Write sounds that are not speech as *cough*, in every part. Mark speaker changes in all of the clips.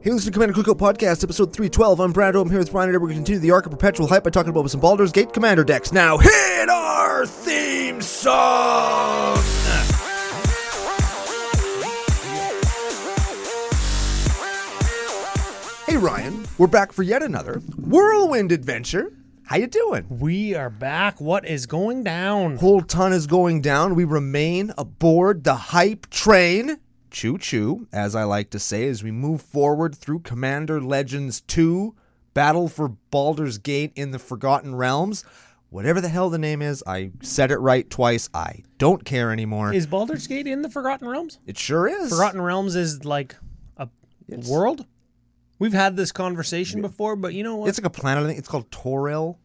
Speaker 1: Hey, listen to Commander Cuckoo Podcast, episode 312. I'm Brad O. I'm here with Ryan, and we're going to continue the arc of perpetual hype by talking about some Baldur's Gate Commander decks. Now, hit our theme song! Hey, Ryan, we're back for yet another whirlwind adventure. How you doing?
Speaker 2: We are back. What is going down?
Speaker 1: whole ton is going down. We remain aboard the hype train. Choo choo, as I like to say, as we move forward through Commander Legends 2, Battle for Baldur's Gate in the Forgotten Realms. Whatever the hell the name is, I said it right twice. I don't care anymore.
Speaker 2: Is Baldur's Gate in the Forgotten Realms?
Speaker 1: it sure is.
Speaker 2: Forgotten Realms is like a world. We've had this conversation before, but you know what?
Speaker 1: It's like a planet, I think it's called Toril,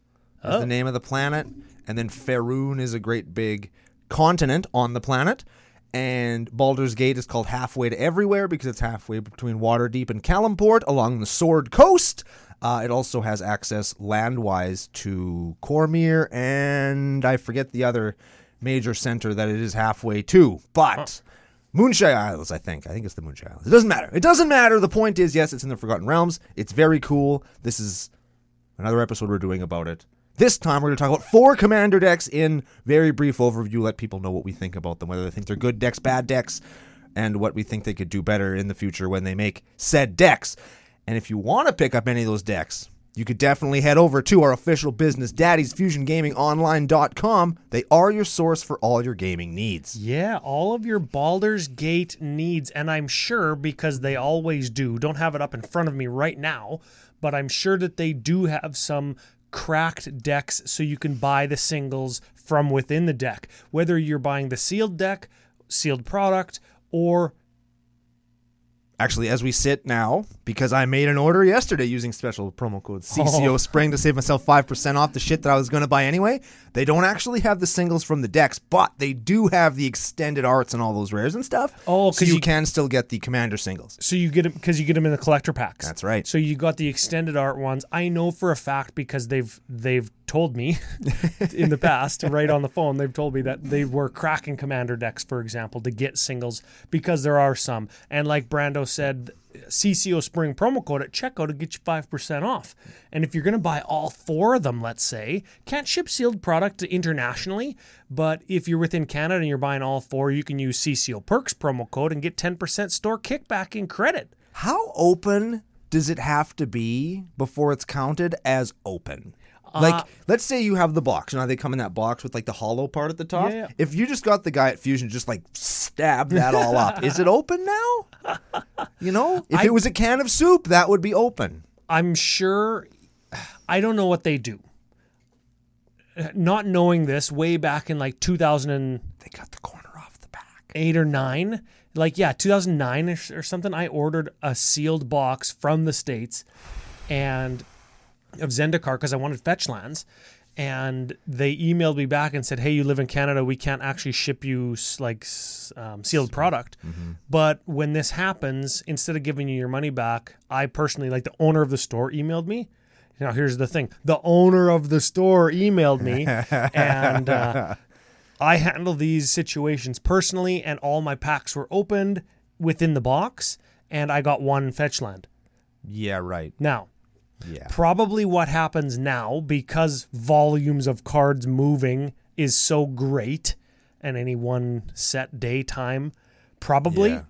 Speaker 1: is the name of the planet. And then Faerun is a great big continent on the planet. And Baldur's Gate is called Halfway to Everywhere because it's halfway between Waterdeep and Kalimport along the Sword Coast. Uh, it also has access landwise to Cormyr and I forget the other major center that it is halfway to. But Moonshine Isles, I think. I think it's the Moonshine Isles. It doesn't matter. It doesn't matter. The point is, yes, it's in the Forgotten Realms. It's very cool. This is another episode we're doing about it. This time we're going to talk about four commander decks in very brief overview, let people know what we think about them, whether they think they're good decks, bad decks, and what we think they could do better in the future when they make said decks. And if you want to pick up any of those decks, you could definitely head over to our official business, Daddy's Fusion Gaming Online.com. They are your source for all your gaming needs.
Speaker 2: yeah, all of your Baldur's Gate needs, and I'm sure because they always do, don't have it up in front of me right now, but I'm sure that they do have some cracked decks so you can buy the singles from within the deck. Whether you're buying the sealed deck, sealed product, or
Speaker 1: actually as we sit now because I made an order yesterday using special promo code CCO
Speaker 2: Oh.
Speaker 1: Spring to save myself 5% off the shit that I was going to buy anyway. They don't actually have the singles from the decks, but they do have the extended arts and all those rares and stuff.
Speaker 2: Oh, 'cause
Speaker 1: so you,
Speaker 2: you-
Speaker 1: can still get the commander singles.
Speaker 2: So you get them because you get them in the collector packs.
Speaker 1: That's right.
Speaker 2: So you got the extended art ones. I know for a fact because they've they've told me *laughs* in the past, right on the phone, they've told me that they were cracking commander decks, for example, to get singles because there are some. And like Brando said, CCO Spring promo code at checkout to get you five percent off. And if you're gonna buy all four of them, let's say, can't ship sealed product internationally, but if you're within Canada and you're buying all four, you can use CCO Perks promo code and get ten percent store kickback in credit.
Speaker 1: How open does it have to be before it's counted as open? Like, let's say you have the box. You know, how they come in that box with like the hollow part at the top.
Speaker 2: Yeah, yeah.
Speaker 1: If you just got the guy at Fusion, just like stab that all up. Is it open now? You know, if it was a can of soup, that would be open.
Speaker 2: I'm sure I don't know what they do. Not knowing this way back in like 2008
Speaker 1: They cut the corner off the back.
Speaker 2: or 9, like yeah, 2009 ish or something, I ordered a sealed box from the states and of Zendikar because I wanted fetch lands and they emailed me back and said, "Hey, you live in Canada, we can't actually ship you s- like s- um, sealed product." But when this happens, instead of giving you your money back, I personally, like the owner of the store, emailed me. Now here's the thing: the owner of the store emailed me, and uh, I handle these situations personally. And all my packs were opened within the box, and I got one fetch land.
Speaker 1: Yeah, right.
Speaker 2: Now,
Speaker 1: Yeah.
Speaker 2: probably what happens now because volumes of cards moving is so great and any one set day time probably
Speaker 1: Yeah.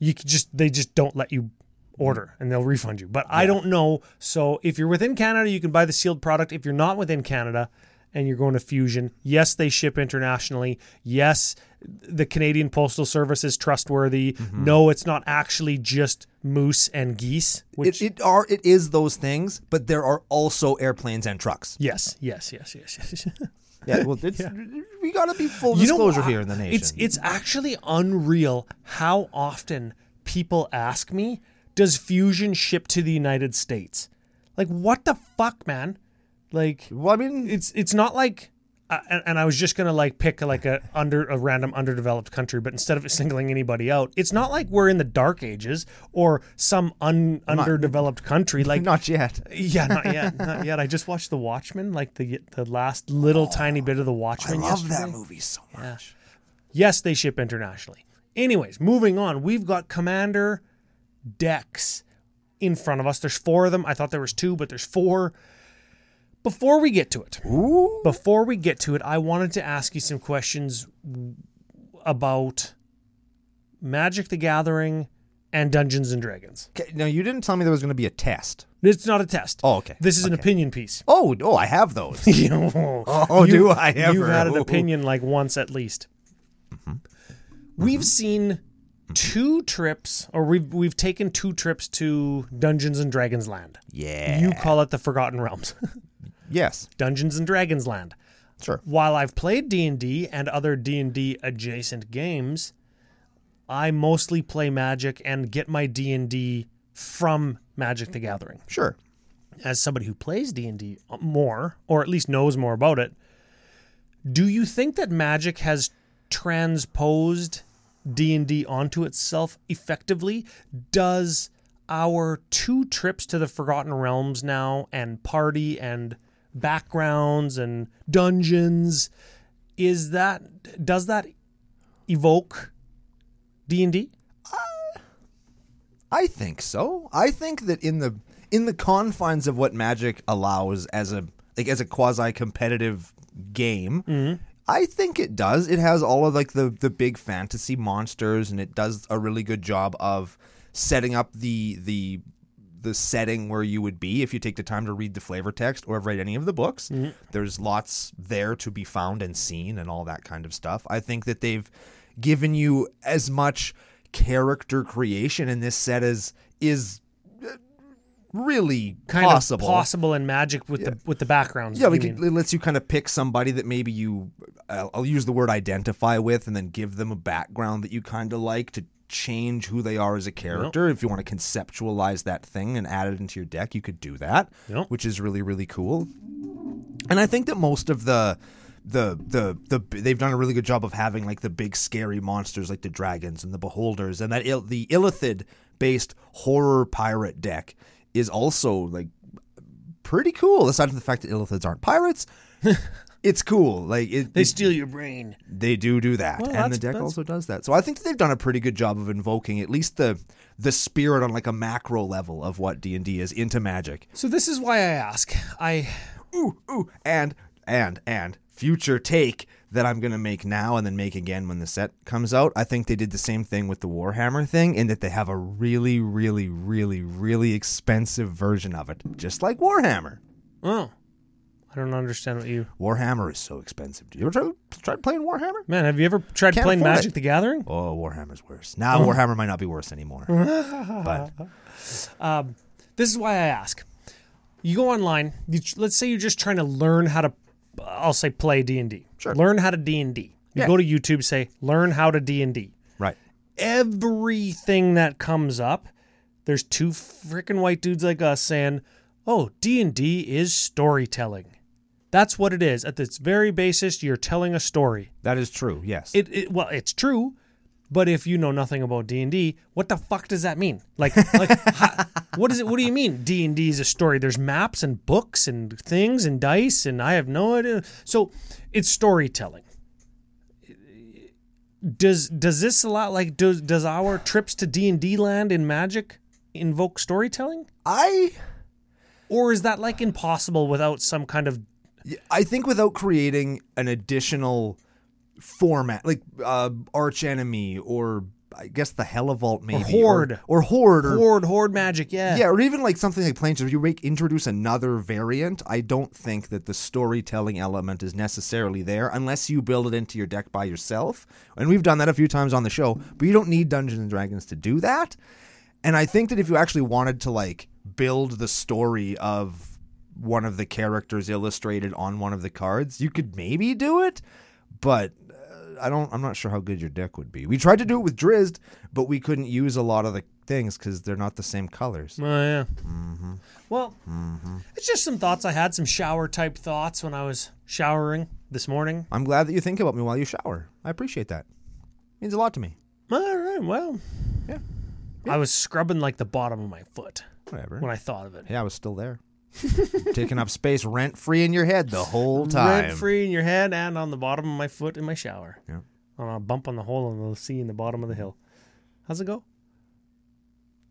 Speaker 2: you could just they just don't let you order and they'll refund you but i don't know so if you're within canada you can buy the sealed product if you're not within canada and you're going to fusion yes they ship internationally yes the canadian postal service is trustworthy
Speaker 1: Mm-hmm.
Speaker 2: no it's not actually just moose and geese which
Speaker 1: It, it are it is those things, but there are also airplanes and trucks.
Speaker 2: Yes, yes, yes, yes, yes.
Speaker 1: *laughs* Yeah, well, it's, we gotta be full
Speaker 2: You know,
Speaker 1: disclosure
Speaker 2: I-
Speaker 1: here in the nation.
Speaker 2: It's it's actually unreal how often people ask me, "Does Fusion ship to the United States?" Like, what the fuck, man? Like,
Speaker 1: well, I mean,
Speaker 2: it's it's not like. I- and, and I was just gonna like pick like a under a random underdeveloped country, but instead of *laughs* singling anybody out, it's not like we're in the dark ages or some un, underdeveloped country. Like
Speaker 1: not yet.
Speaker 2: *laughs* Yeah, not yet. Not yet. I just watched The Watchmen, like the the last little tiny bit of The
Speaker 1: Oh, I
Speaker 2: Watchmen.
Speaker 1: love
Speaker 2: yesterday.
Speaker 1: that movie so much.
Speaker 2: Yes, they ship internationally. Anyways, moving on, we've got Commander decks in front of us. There's four of them. I thought there was two, but there's four. Before we get to it,
Speaker 1: Ooh.
Speaker 2: before we get to it, I wanted to ask you some questions w- about Magic the Gathering and Dungeons and Dragons.
Speaker 1: Okay, now you didn't tell me there was going to be a test.
Speaker 2: It's not a test.
Speaker 1: Oh, okay.
Speaker 2: This is an opinion piece. *laughs*
Speaker 1: Oh, oh, I have those. *laughs*
Speaker 2: oh,
Speaker 1: do I
Speaker 2: You've
Speaker 1: ever. Mm-hmm.
Speaker 2: had an
Speaker 1: Ooh.
Speaker 2: opinion like once at least.
Speaker 1: Mm-hmm.
Speaker 2: We've seen two trips, or we've we've taken two trips to Dungeons and Dragons Land.
Speaker 1: *laughs* yeah.
Speaker 2: You call it the Forgotten Realms, *laughs*
Speaker 1: yes.
Speaker 2: Dungeons and Dragons Land.
Speaker 1: Sure.
Speaker 2: While I've played D and D and other D and D adjacent games, I mostly play Magic and get my D and D from Magic: The Gathering
Speaker 1: Sure.
Speaker 2: as somebody who plays D&D more or at least knows more about it do you think that magic has transposed D&D onto itself effectively does our two trips to the forgotten realms now and party and backgrounds and dungeons is that does that evoke D&D
Speaker 1: I think so. I think that in the in the confines of what Magic allows as a like as a quasi competitive game,
Speaker 2: Mm-hmm.
Speaker 1: I think it does. It has all of like the the big fantasy monsters, and it does a really good job of setting up the the the setting where you would be if you take the time to read the flavor text or have read any of the books.
Speaker 2: Mm-hmm.
Speaker 1: There's lots there to be found and seen and all that kind of stuff. I think that they've given you as much character creation in this set as is uh, really
Speaker 2: kind
Speaker 1: possible.
Speaker 2: of possible in magic with the with the backgrounds
Speaker 1: Yeah,
Speaker 2: you
Speaker 1: like
Speaker 2: mean.
Speaker 1: it, it lets you kind of pick somebody that maybe you, I'll, I'll use the word identify with, and then give them a background that you kind of like to change who they are as a character. If you want to conceptualize that thing and add it into your deck, you could do that,
Speaker 2: Yep.
Speaker 1: which is really really cool. And I think that most of the the the the they've done a really good job of having like the big scary monsters like the dragons and the beholders and that il- the illithid based horror pirate deck is also like pretty cool aside from the fact that illithids aren't
Speaker 2: *laughs*
Speaker 1: pirates it's cool like it,
Speaker 2: they
Speaker 1: it-
Speaker 2: steal your brain
Speaker 1: they do do that, and
Speaker 2: that's-
Speaker 1: the deck
Speaker 2: that's-
Speaker 1: also does that. So I think that they've done a pretty good job of invoking at least the the spirit on like a macro level of what D and D is into Magic.
Speaker 2: So this is why I ask. I
Speaker 1: Ooh, ooh, and and and future take that I'm gonna make now and then make again when the set comes out. I think they did the same thing with the Warhammer thing, in that they have a really, really, really, really expensive version of it, just like Warhammer.
Speaker 2: oh, I don't understand what you
Speaker 1: Warhammer is so expensive. Did you ever try, try playing Warhammer?
Speaker 2: man. Have you ever tried
Speaker 1: Can't
Speaker 2: playing
Speaker 1: afford
Speaker 2: Magic
Speaker 1: it.
Speaker 2: the Gathering?
Speaker 1: Oh, Warhammer's worse. Now Warhammer might not be worse *laughs* anymore, but
Speaker 2: This is why I ask. You go online. You, let's say you're just trying to learn how to. I'll say play D and D.
Speaker 1: Sure.
Speaker 2: Learn how to D and D. You
Speaker 1: Yeah.
Speaker 2: go to YouTube. Say learn how to D and D.
Speaker 1: right.
Speaker 2: Everything that comes up, there's two freaking white dudes like us saying, "Oh, D and D is storytelling." That's what it is. At its very basis, you're telling a story.
Speaker 1: That is true. Yes.
Speaker 2: it, it well it's true but if you know nothing about d&d what the fuck does that mean like like *laughs* ha, what is it what do you mean d&d is a story there's maps and books and things and dice and i have no idea so it's storytelling does does this a lot like does does our trips to d&d land in magic invoke storytelling
Speaker 1: I
Speaker 2: or is that like impossible without some kind of
Speaker 1: I think without creating an additional format like uh, Arch Enemy or I guess the Hellavault maybe
Speaker 2: Horde.
Speaker 1: or, or Horde or
Speaker 2: horde horde magic
Speaker 1: Er, yeah or even like something like Planes if you make, introduce another variant I don't think that the storytelling element is necessarily there unless you build it into your deck by yourself and we've done that a few times on the show but you don't need Dungeons and Dragons to do that and I think that if you actually wanted to like build the story of one of the characters illustrated on one of the cards, you could maybe do it, but uh, I don't I'm not sure how good your deck would be. We tried to do it with Drizzt, but we couldn't use a lot of the things cuz they're not the same colors.
Speaker 2: Oh yeah.
Speaker 1: Mm-hmm.
Speaker 2: Well, it's just some thoughts I had, some shower type thoughts when I was showering this morning.
Speaker 1: I'm glad that you think about me while you shower. I appreciate that. means a lot to me.
Speaker 2: All right. Well,
Speaker 1: Yeah.
Speaker 2: I was scrubbing like the bottom of my foot
Speaker 1: Whatever.
Speaker 2: when I thought of it.
Speaker 1: yeah, I was still there. *laughs* Taking up space rent free in your head the whole time.
Speaker 2: Rent free in your head and on the bottom of my foot in my shower.
Speaker 1: Yeah.
Speaker 2: On a bump on the hole on the sea in the bottom of the hill. How's it go?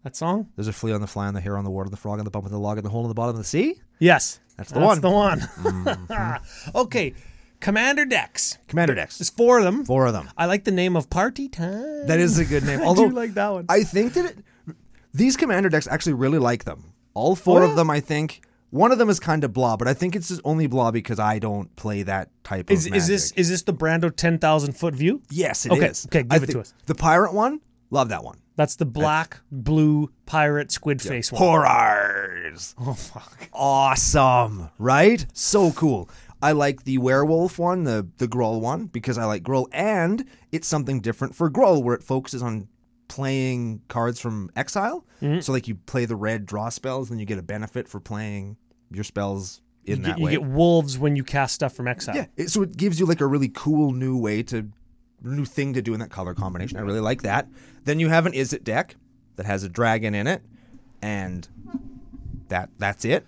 Speaker 2: That song?
Speaker 1: There's a flea on the fly, on the hair on the wart, on the frog on the bump, on the log, on the hole in the bottom of the sea.
Speaker 2: Yes.
Speaker 1: That's the one. Mm-hmm.
Speaker 2: the one. *laughs* okay. Commander Dex.
Speaker 1: Commander Dex.
Speaker 2: There's four of them.
Speaker 1: Four of
Speaker 2: *laughs*
Speaker 1: them.
Speaker 2: I like the name of Party Time.
Speaker 1: That is a good name.
Speaker 2: *laughs* I
Speaker 1: Although
Speaker 2: do like that one.
Speaker 1: I think that it, these commander decks actually really like them. All four
Speaker 2: Oh, yeah?
Speaker 1: of them, I think. One of them is kind of blah, but I think it's just only blah because I don't play that type
Speaker 2: is,
Speaker 1: of.
Speaker 2: is this
Speaker 1: magic.
Speaker 2: is this the Brando ten thousand foot view?
Speaker 1: Yes, it is.
Speaker 2: Okay, okay,
Speaker 1: I
Speaker 2: give it
Speaker 1: thi-
Speaker 2: to us.
Speaker 1: The pirate one, love that one.
Speaker 2: That's the black blue pirate squid face one.
Speaker 1: Horrors,
Speaker 2: *laughs* Oh fuck.
Speaker 1: awesome, right? So cool. I like the werewolf one, the the Groll one, because I like Groll, and it's something different for Groll, where it focuses on playing cards from exile.
Speaker 2: Mm-hmm.
Speaker 1: So like you play the red draw spells, and you get a benefit for playing your spells in
Speaker 2: You,
Speaker 1: that
Speaker 2: get, you
Speaker 1: way.
Speaker 2: get wolves when you cast stuff from exile. Uh,
Speaker 1: Yeah, it, so it gives you like a really cool new way to new thing to do in that color combination. I really like that. Then you have an is it deck that has a dragon in it, and that that's it.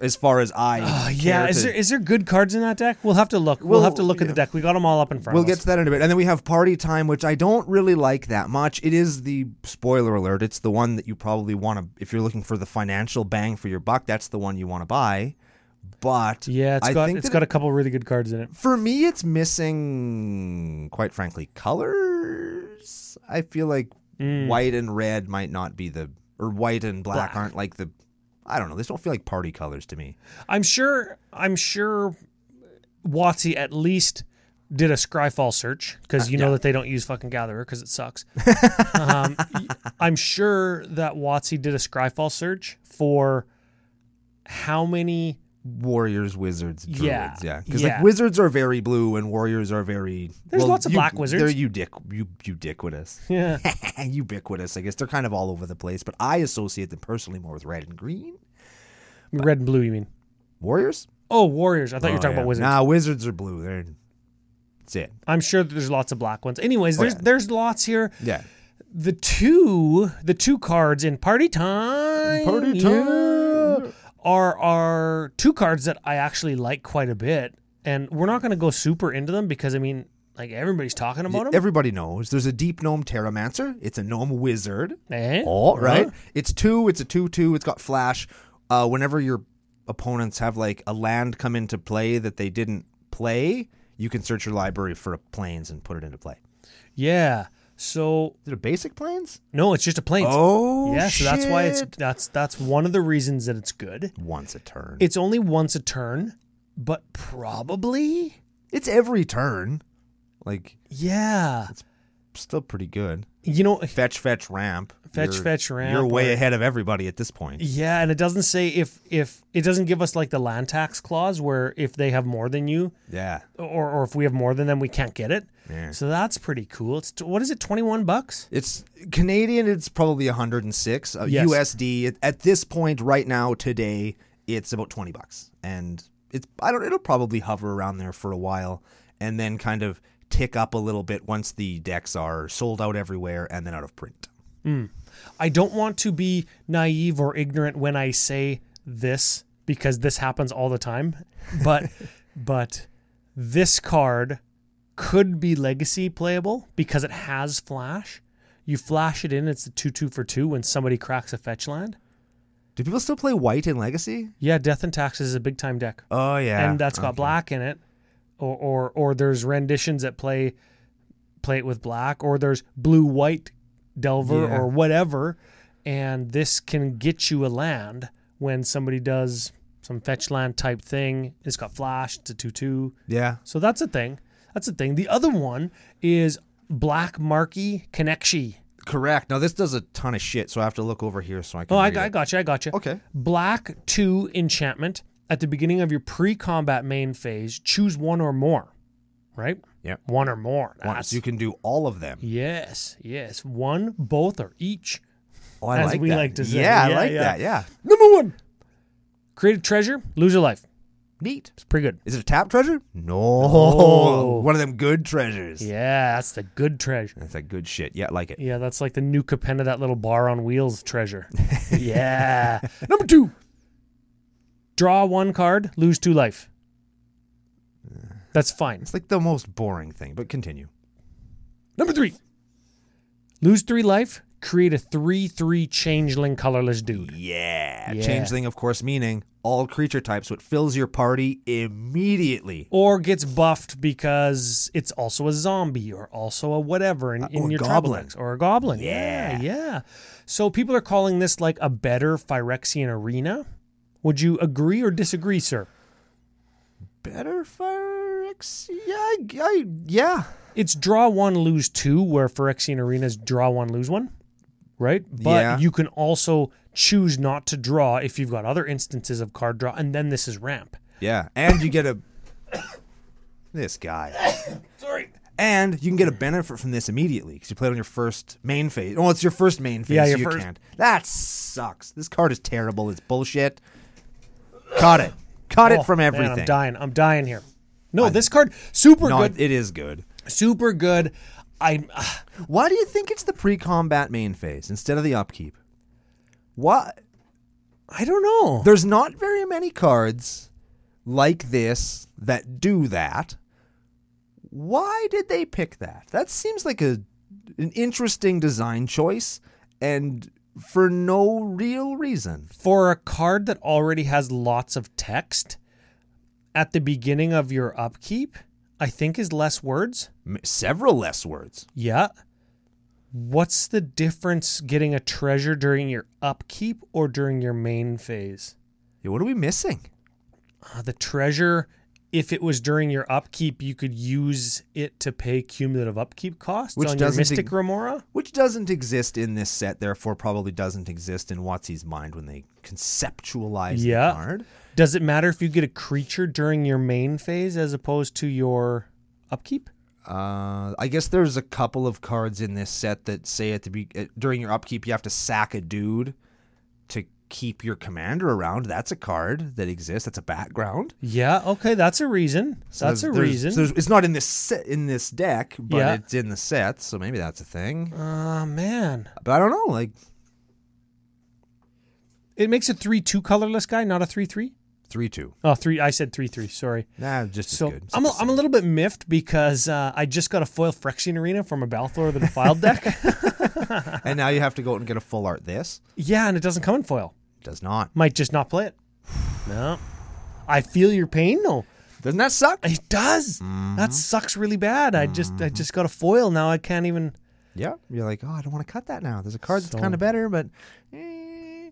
Speaker 1: As far as I
Speaker 2: Uh,
Speaker 1: care
Speaker 2: yeah. Is
Speaker 1: to-
Speaker 2: there is there good cards in that deck? We'll have to look. We'll,
Speaker 1: Well,
Speaker 2: have to look at the deck. We got them all up in front.
Speaker 1: We'll
Speaker 2: of
Speaker 1: get
Speaker 2: us.
Speaker 1: to that in a bit. And then we have Party Time, which I don't really like that much. It is the spoiler alert. It's the one that you probably want to, if you're looking for the financial bang for your buck, that's the one you want to buy. But
Speaker 2: Yeah, it's
Speaker 1: I
Speaker 2: got
Speaker 1: think
Speaker 2: it's
Speaker 1: that
Speaker 2: got a couple really good cards in it.
Speaker 1: for me, it's missing, quite frankly, colors. I feel like white and red might not be the, or white and black,
Speaker 2: Mm. Black.
Speaker 1: aren't like the, I don't know. These don't feel like party colors to me.
Speaker 2: I'm sure. I'm sure. Watsy at least did a Scryfall search because you know that they don't use fucking Gatherer because
Speaker 1: *laughs*
Speaker 2: it sucks. um, y- I'm sure that Watsy did a Scryfall search for
Speaker 1: *laughs*
Speaker 2: how many.
Speaker 1: Warriors, wizards, druids,
Speaker 2: Yeah,
Speaker 1: yeah, because
Speaker 2: yeah.
Speaker 1: like wizards are very blue and warriors are very.
Speaker 2: There's lots of
Speaker 1: you-
Speaker 2: black wizards.
Speaker 1: They're ubiqu- u- ubiquitous, *laughs*
Speaker 2: Yeah.
Speaker 1: ubiquitous. I guess they're kind of all over the place, but I associate them personally more with red and green.
Speaker 2: Red and blue, you mean?
Speaker 1: Warriors.
Speaker 2: Oh, warriors. I thought you were
Speaker 1: Oh,
Speaker 2: talking
Speaker 1: yeah.
Speaker 2: about wizards.
Speaker 1: Nah, wizards are blue. They're that's it.
Speaker 2: I'm sure that there's lots of black ones. Anyways, there's
Speaker 1: Oh, yeah.
Speaker 2: there's lots here.
Speaker 1: Yeah.
Speaker 2: The two the two cards in party time.
Speaker 1: Party
Speaker 2: yeah, are are two cards that I actually like quite a bit, and we're not going to go super into them because I mean, like everybody's talking about them.
Speaker 1: Everybody knows there's a deep gnome terramancer. It's a gnome wizard.
Speaker 2: Eh?
Speaker 1: all right
Speaker 2: Huh?
Speaker 1: it's two it's a two two it's got flash uh whenever your opponents have like a land come into play that they didn't play you can search your library for a planes and put it into play
Speaker 2: Yeah. So
Speaker 1: is it a basic planes
Speaker 2: no, it's just a planes.
Speaker 1: oh
Speaker 2: yeah. So that's why it's
Speaker 1: shit.
Speaker 2: that's that's one of the reasons that it's good.
Speaker 1: once a turn
Speaker 2: It's only once a turn, but probably
Speaker 1: it's every turn like
Speaker 2: yeah.
Speaker 1: still pretty good
Speaker 2: You know,
Speaker 1: fetch fetch ramp
Speaker 2: Fetch,
Speaker 1: You're-
Speaker 2: fetch, ramp,
Speaker 1: you're way
Speaker 2: or-
Speaker 1: ahead of everybody at this point
Speaker 2: Yeah, and it doesn't say if if it doesn't give us like the land tax clause where if they have more than you
Speaker 1: yeah
Speaker 2: or or if we have more than them we can't get it.
Speaker 1: Yeah.
Speaker 2: So that's pretty cool. It's t- what is it? 21 bucks?
Speaker 1: It's Canadian. It's probably 106 uh,
Speaker 2: Yes.
Speaker 1: USD at, at this point right now today. It's about 20 bucks, and it's I don't. It'll probably hover around there for a while, and then kind of tick up a little bit once the decks are sold out everywhere and then out of print.
Speaker 2: I don't want to be naive or ignorant when I say this because this happens all the time. But but this card could be legacy playable because it has flash. You flash it in, it's the 2 2 for 2 when somebody cracks a fetch land.
Speaker 1: Do people still play white in Legacy?
Speaker 2: Yeah, Death and Taxes is a big time deck.
Speaker 1: Oh yeah,
Speaker 2: and that's got
Speaker 1: Okay.
Speaker 2: black in it, or or or there's renditions that play play it with black, or there's blue white delver
Speaker 1: Yeah.
Speaker 2: or whatever, and this can get you a land when somebody does some fetch land type thing. It's got flash. It's a two two,
Speaker 1: Yeah,
Speaker 2: so that's a thing. That's a thing. The other one is black marquee connexi.
Speaker 1: correct. Now this does a ton of shit, so I have to look over here so I can.
Speaker 2: Oh, I,
Speaker 1: read
Speaker 2: I
Speaker 1: it.
Speaker 2: got you. I got you.
Speaker 1: Okay.
Speaker 2: Black two enchantment at the beginning of your pre-combat main phase. Choose one or more. Right.
Speaker 1: Yep.
Speaker 2: One or more. That's-
Speaker 1: Once you can do all of them.
Speaker 2: yes. Yes. One, both, or each.
Speaker 1: Oh, I
Speaker 2: As
Speaker 1: like
Speaker 2: we
Speaker 1: that.
Speaker 2: like to say.
Speaker 1: Yeah, I
Speaker 2: Yeah,
Speaker 1: like
Speaker 2: yeah.
Speaker 1: that. Yeah,
Speaker 2: Number one. Create a treasure. Lose your life.
Speaker 1: neat.
Speaker 2: It's pretty good.
Speaker 1: Is it a tap treasure? No.
Speaker 2: No.
Speaker 1: One of them good treasures.
Speaker 2: Yeah, that's the good
Speaker 1: *laughs*
Speaker 2: treasure.
Speaker 1: That's like good shit. Yeah, I like it.
Speaker 2: Yeah, that's like the new Capenna, that little bar on wheels
Speaker 1: *laughs*
Speaker 2: treasure. yeah. Number two. Draw one card. Lose two life.
Speaker 1: Uh.
Speaker 2: That's fine.
Speaker 1: It's like the most boring thing, but continue.
Speaker 2: Number three, lose three life, create a 3 3 changeling colorless dude.
Speaker 1: Yeah.
Speaker 2: Yeah.
Speaker 1: Changeling, of course, meaning all creature types, so it fills your party immediately.
Speaker 2: Or gets buffed because it's also a zombie or also a whatever in, in
Speaker 1: Uh, or
Speaker 2: your tribal
Speaker 1: goblin.
Speaker 2: decks. Or a goblin. Yeah. yeah. So people are calling this like a better Phyrexian arena. Would you agree or disagree, sir?
Speaker 1: Better Phyrex? Yeah, I, I, yeah.
Speaker 2: It's draw one, lose two, where Phyrexian arenas draw one, lose one. Right? But
Speaker 1: Yeah.
Speaker 2: you can also choose not to draw if you've got other instances of card draw, and then this is ramp.
Speaker 1: Yeah. And you get a. this guy.
Speaker 2: Sorry.
Speaker 1: And you can get a benefit from this immediately because you play it on your first main phase. Oh, it's your first main phase.
Speaker 2: Yeah,
Speaker 1: so
Speaker 2: your
Speaker 1: you
Speaker 2: first-
Speaker 1: can't. That sucks. This card is terrible. It's bullshit. Cut it. Cut
Speaker 2: Oh,
Speaker 1: it from
Speaker 2: man,
Speaker 1: everything.
Speaker 2: I'm dying. I'm dying here. No, this card super
Speaker 1: no,
Speaker 2: good.
Speaker 1: it is good.
Speaker 2: super good. I uh,
Speaker 1: Why do you think it's the pre-combat main phase instead of the upkeep? What?
Speaker 2: I don't know.
Speaker 1: There's not very many cards like this that do that. Why did they pick that? That seems like a an interesting design choice and for no real reason.
Speaker 2: For a card that already has lots of text at the beginning of your upkeep, I think is less words.
Speaker 1: M- Several less words.
Speaker 2: Yeah. What's the difference getting a treasure during your upkeep or during your main phase?
Speaker 1: Yeah, what are we missing?
Speaker 2: Uh, the treasure, if it was during your upkeep, you could use it to pay cumulative upkeep costs
Speaker 1: Which
Speaker 2: on your
Speaker 1: doesn't
Speaker 2: Mystic
Speaker 1: ex-
Speaker 2: Remora.
Speaker 1: Which doesn't exist in this set, therefore probably doesn't exist in Watsy's mind when they conceptualize
Speaker 2: Yeah.
Speaker 1: the card.
Speaker 2: Does it matter if you get a creature during your main phase as opposed to your upkeep?
Speaker 1: Uh, I guess there's a couple of cards in this set that say at the be- uh, during your upkeep you have to sack a dude to keep your commander around. That's a card that exists. That's a background.
Speaker 2: Yeah, okay, that's a reason. that's a
Speaker 1: There's- there's-
Speaker 2: reason.
Speaker 1: so there's- it's not in this set, in this deck, but
Speaker 2: Yeah.
Speaker 1: it's in the set, so maybe that's a thing.
Speaker 2: Ah, man.
Speaker 1: But I don't know. Like
Speaker 2: It makes a 3 2 colorless guy, not a 3 3.
Speaker 1: three two.
Speaker 2: Oh, three. I said 3 3. Sorry.
Speaker 1: Nah, just
Speaker 2: So
Speaker 1: as good. It's
Speaker 2: I'm a,
Speaker 1: the
Speaker 2: I'm a little bit miffed because uh, I just got a foil Phyrexian Arena from a Balthor of the Defiled *laughs* deck.
Speaker 1: same. *laughs* and now you have to go out and get a full art. This
Speaker 2: Yeah, and it doesn't come in foil.
Speaker 1: does not.
Speaker 2: Might just not play it. *sighs* No. I feel your pain though.
Speaker 1: Doesn't that suck?
Speaker 2: It does. That sucks really bad. I just I just got a foil now. I can't even
Speaker 1: Yeah. You're like, oh, I don't want to cut that now. There's a card
Speaker 2: So-
Speaker 1: that's kind of better, but. eh.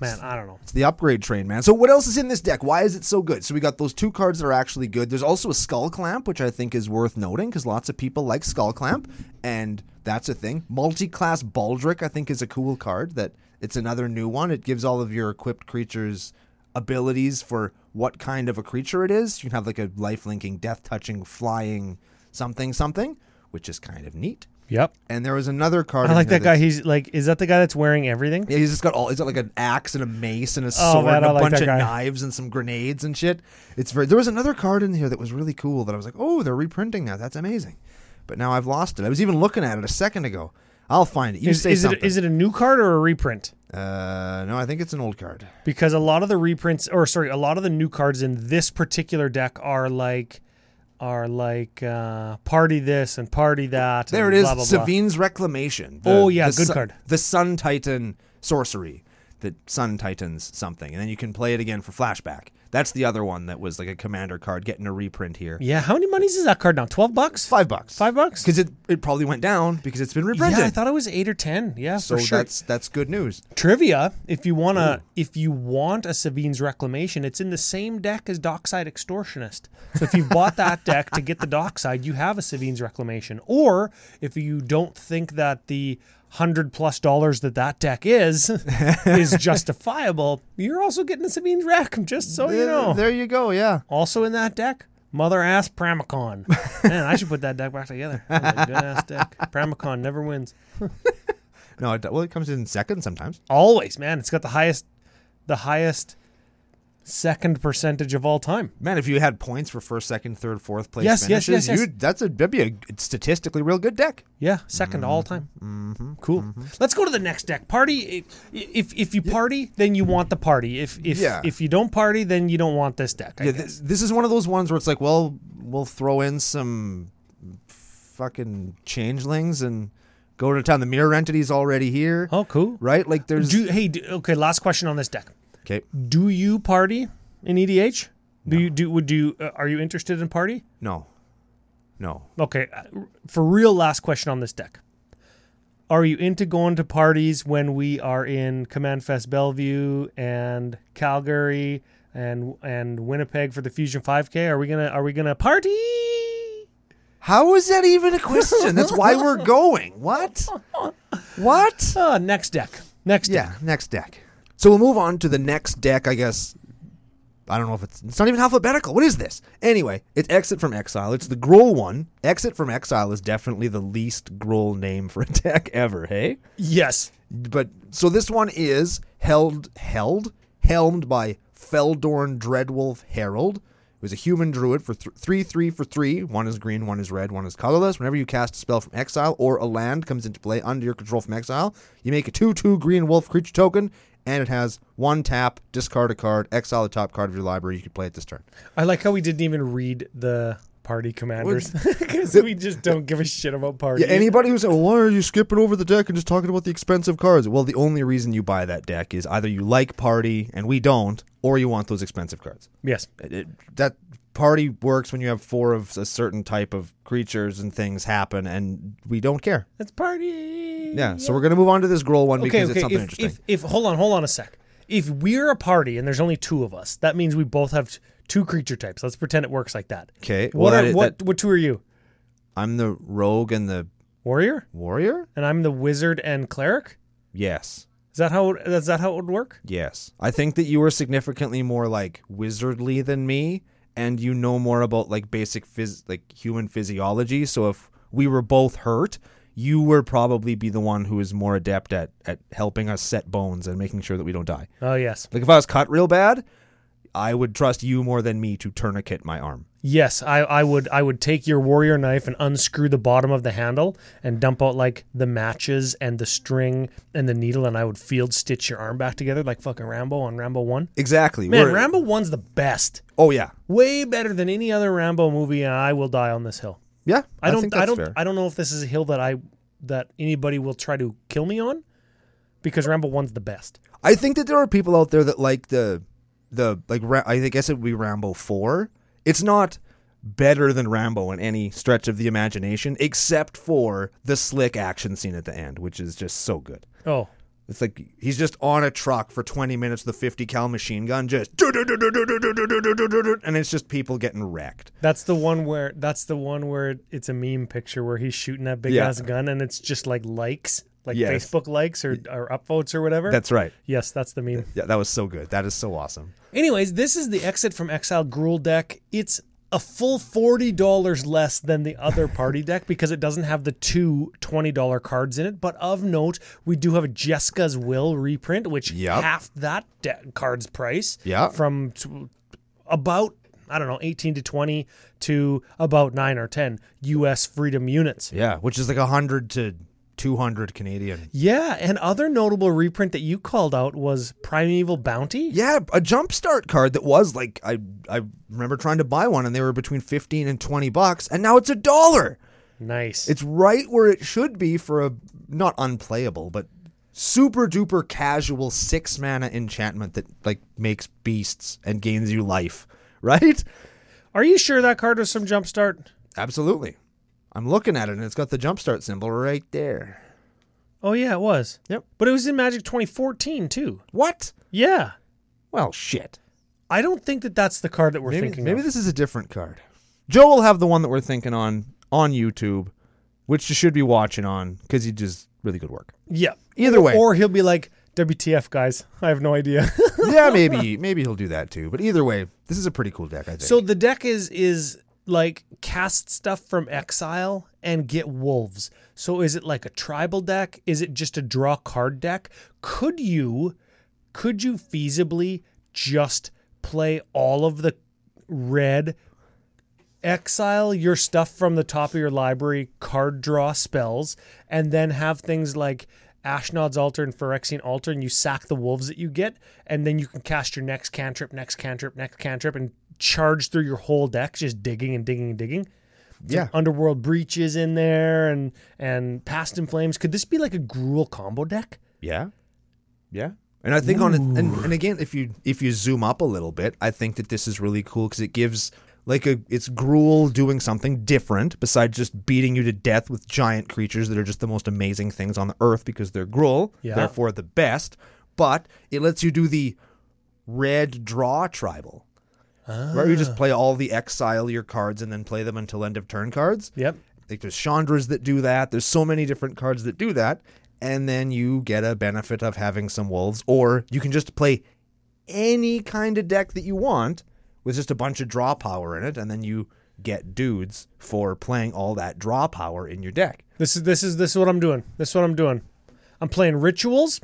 Speaker 2: Man, I don't know.
Speaker 1: It's the upgrade train, man. So what else is in this deck? Why is it so good? So we got those two cards that are actually good. There's also a skull clamp, which I think is worth noting because lots of people like skull clamp, and that's a thing. Multi-class Baldric, I think, is a cool card. That it's another new one. It gives all of your equipped creatures abilities for what kind of a creature it is. You can have like a life linking, death touching, flying, something something, which is kind of neat.
Speaker 2: Yep.
Speaker 1: And there was another card.
Speaker 2: I
Speaker 1: in
Speaker 2: like
Speaker 1: here
Speaker 2: that guy. He's like, is that the guy that's wearing everything?
Speaker 1: yeah, he's just got all. He's got like an axe and a mace and a sword
Speaker 2: Oh, man,
Speaker 1: and
Speaker 2: I
Speaker 1: a
Speaker 2: like
Speaker 1: bunch
Speaker 2: that
Speaker 1: of
Speaker 2: guy.
Speaker 1: knives and some grenades and shit. It's very. There was another card in here that was really cool that I was like, oh, they're reprinting that. That's amazing. But now I've lost it. I was even looking at it a second ago. I'll find it. You
Speaker 2: Is,
Speaker 1: say
Speaker 2: is it
Speaker 1: something.
Speaker 2: is it a new card or a reprint?
Speaker 1: uh, no, I think it's an old card.
Speaker 2: Because a lot of the reprints, or sorry, a lot of the new cards in this particular deck are like, are like uh, party this and party that.
Speaker 1: There
Speaker 2: and
Speaker 1: it is.
Speaker 2: Blah, blah, blah.
Speaker 1: Savine's Reclamation.
Speaker 2: Oh, yeah, good
Speaker 1: Sun-
Speaker 2: card.
Speaker 1: The Sun Titan sorcery. The Sun Titans something, and then you can play it again for flashback. That's the other one that was like a commander card getting a reprint here.
Speaker 2: Yeah. How many monies is that card now? Twelve bucks.
Speaker 1: Five bucks.
Speaker 2: Five bucks.
Speaker 1: because it, it probably went down because it's been reprinted.
Speaker 2: Yeah, I thought it was eight or ten. Yeah,
Speaker 1: so
Speaker 2: for sure.
Speaker 1: that's that's good news.
Speaker 2: Trivia: If you wanna, if you want a Savine's Reclamation, it's in the same deck as Dockside Extortionist. So if you
Speaker 1: *laughs*
Speaker 2: bought that deck to get the Dockside, you have a Savine's Reclamation. Or if you don't think that the hundred plus dollars that that
Speaker 1: *laughs*
Speaker 2: deck is is justifiable, you're also getting a Savine's Rec. *laughs* Just so Oh, you know,
Speaker 1: There you go. Yeah.
Speaker 2: also in that deck. Mother ass
Speaker 1: *laughs*
Speaker 2: Pramicon. Man, I should put that deck back together. That's a good ass deck. Pramicon never wins.
Speaker 1: No, it, well, it comes in second sometimes.
Speaker 2: always man it's got the highest the highest second percentage of all time
Speaker 1: Man, if you had points for first, second, third, fourth place
Speaker 2: Yes, yes,
Speaker 1: finishes,
Speaker 2: yes, yes.
Speaker 1: you'd that's a that'd be a statistically real good deck.
Speaker 2: yeah 2nd all
Speaker 1: Mm-hmm.
Speaker 2: time cool let's go to the next deck party i- i- if if you party then you want the party if if
Speaker 1: Yeah.
Speaker 2: if you don't party then you don't want this deck I
Speaker 1: Yeah,
Speaker 2: guess.
Speaker 1: this, this is one of those ones where it's like, well, we'll throw in some fucking changelings and Go to town. The mirror entity's already here.
Speaker 2: Oh, cool.
Speaker 1: Right? Like there's
Speaker 2: Do hey, do, okay. Last question on this deck.
Speaker 1: Okay.
Speaker 2: Do you party in EDH? Do you do? Would you? Uh, are you interested in party?
Speaker 1: No. No.
Speaker 2: Okay, uh, for real, last question on this deck. Are you into going to parties when we are in Command Fest Bellevue and Calgary and and Winnipeg for the Fusion 5K? Are we gonna Are we gonna party?
Speaker 1: How is that even a question? That's why we're going. What? What?
Speaker 2: Uh, next deck. Next deck.
Speaker 1: Yeah, next deck. So we'll move on to the next deck, I guess. I don't know if it's it's not even alphabetical. What is this? Anyway, it's Exit from Exile. It's the Grohl one. Exit from Exile is definitely the least Grohl name for a *laughs* deck ever, hey?
Speaker 2: Yes.
Speaker 1: But so this one is held held helmed by Feldorn Dreadwolf Herald. who is a human druid for th- three three for three. One is green, one is red, one is colorless. Whenever you cast a spell from exile or a land comes into play under your control from exile, you make a two two green wolf creature token, and it has one tap, discard a card, exile the top card of your library. You can play it this turn.
Speaker 2: I like how we didn't even read the party *laughs* commanders because we just don't give a shit about party.
Speaker 1: Yeah, anybody who said, well, why are you skipping over the deck and just talking about the expensive cards? Well, the only reason you buy that deck is either you like party and we don't, or you want those expensive cards.
Speaker 2: yes.
Speaker 1: It- it- that party works when you have four of a certain type of creatures and things happen, and we don't care.
Speaker 2: It's party.
Speaker 1: Yeah, so we're going to move on to this Grohl one because it's something
Speaker 2: if,
Speaker 1: interesting.
Speaker 2: If, if hold on, hold on a sec. If we're a party and there's only two of us, that means we both have t- two creature types. Let's pretend it works like that.
Speaker 1: 'Kay, well,
Speaker 2: What
Speaker 1: that
Speaker 2: are,
Speaker 1: is-
Speaker 2: what what two are you?
Speaker 1: I'm the rogue and the
Speaker 2: Warrior,
Speaker 1: warrior?
Speaker 2: and I'm the wizard and cleric.
Speaker 1: Yes.
Speaker 2: Is that how it- is that how it would work?
Speaker 1: Yes. I think that you are significantly more like wizardly than me and you know more about like basic phys- like human physiology, so if we were both hurt, you would probably be the one who is more adept at at helping us set bones and making sure that we don't die.
Speaker 2: Oh yes,
Speaker 1: Like if I was cut real bad, I would trust you more than me to tourniquet my arm.
Speaker 2: yes. I, I would I would take your warrior knife and unscrew the bottom of the handle and dump out like the matches and the string and the needle, and I would field stitch your arm back together like fucking Rambo on Rambo One.
Speaker 1: Exactly.
Speaker 2: Man,
Speaker 1: We're-
Speaker 2: Rambo One's the best.
Speaker 1: Oh yeah.
Speaker 2: way better than any other Rambo movie, and I will die on this hill.
Speaker 1: Yeah.
Speaker 2: I don't. I,
Speaker 1: think that's
Speaker 2: don't.
Speaker 1: fair.
Speaker 2: I don't know if this is a hill that I that anybody will try to kill me on, because Rambo One's the best.
Speaker 1: I think that there are people out there that like the the like Ra- I guess it would be Rambo 4. It's not better than Rambo in any stretch of the imagination except for the slick action scene at the end, which is just so good.
Speaker 2: Oh,
Speaker 1: It's like he's just on a truck for 20 minutes with a 50 cal machine gun just and it's just people getting wrecked.
Speaker 2: that's the one where that's the one where it's a meme picture where he's shooting that big
Speaker 1: Yeah.
Speaker 2: ass gun, and it's just like likes, like
Speaker 1: Yes.
Speaker 2: Facebook likes or or upvotes or whatever.
Speaker 1: That's right.
Speaker 2: yes, that's the meme.
Speaker 1: Yeah, that was so good. That is so awesome.
Speaker 2: Anyways, this is the Exit from Exile Gruel deck. It's a full $40 less than the other party deck because it doesn't have the two $20 cards in it. But of note, we do have a Jessica's Will reprint, which
Speaker 1: Yep.
Speaker 2: half that de- card's price.
Speaker 1: Yeah.
Speaker 2: From t- about, I don't know, 18 to 20 to about 9 or 10 US freedom units.
Speaker 1: Yeah, which is like 100 to 200 Canadian.
Speaker 2: Yeah, and other notable reprint that you called out was Primeval Bounty.
Speaker 1: Yeah, a jumpstart card that was like I I remember trying to buy one and they were between 15 and 20 bucks and now it's a dollar.
Speaker 2: Nice.
Speaker 1: It's right where it should be for a not unplayable but super duper casual 6 mana enchantment that like makes beasts and gains you life, *laughs* right?
Speaker 2: Are you sure that card was from Jumpstart?
Speaker 1: Absolutely. I'm looking at it and it's got the jumpstart symbol right there.
Speaker 2: Oh yeah, it was.
Speaker 1: Yep.
Speaker 2: But it was in Magic 2014 too.
Speaker 1: What?
Speaker 2: Yeah.
Speaker 1: Well, shit.
Speaker 2: I don't think that that's the card that we're
Speaker 1: Maybe,
Speaker 2: thinking
Speaker 1: maybe
Speaker 2: of.
Speaker 1: this is a different card. Joe will have the one that we're thinking on on YouTube, which you should be watching on because he does really good work.
Speaker 2: yeah.
Speaker 1: Either way,
Speaker 2: Or he'll be like, "WTF, guys? *laughs* I have no idea."
Speaker 1: *laughs* yeah, maybe maybe he'll do that too. But either way, this is a pretty cool deck. I think.
Speaker 2: so the deck is is like cast stuff from exile and get wolves. So is it like a tribal deck? Is it just a draw card deck? Could you could you feasibly just play all of the red exile your stuff from the top of your library card draw spells and then have things like Ashnod's Altar and Phyrexian Altar and you sack the wolves that you get and then you can cast your next cantrip, next cantrip, next cantrip and charge through your whole deck just digging and digging and digging.
Speaker 1: Yeah.
Speaker 2: Underworld breaches in there and and Past in Flames. Could this be like a Gruel combo deck?
Speaker 1: Yeah. Yeah. And I think on it, and, and again, if you if you zoom up a little bit, I think that this is really cool because it gives like a it's gruel doing something different besides just beating you to death with giant creatures that are just the most amazing things on the earth because they're gruel,
Speaker 2: Yeah.
Speaker 1: therefore the best. But it lets you do the red draw tribal, where you just play all the exile your cards and then play them until end of turn cards.
Speaker 2: Yep.
Speaker 1: Like there's Chandras that do that. There's so many different cards that do that. And then you get a benefit of having some wolves, or you can just play any kind of deck that you want with just a bunch of draw power in it, and then you get dudes for playing all that draw power in your deck.
Speaker 2: This is this is this is what I'm doing. This is what I'm doing. I'm playing rituals.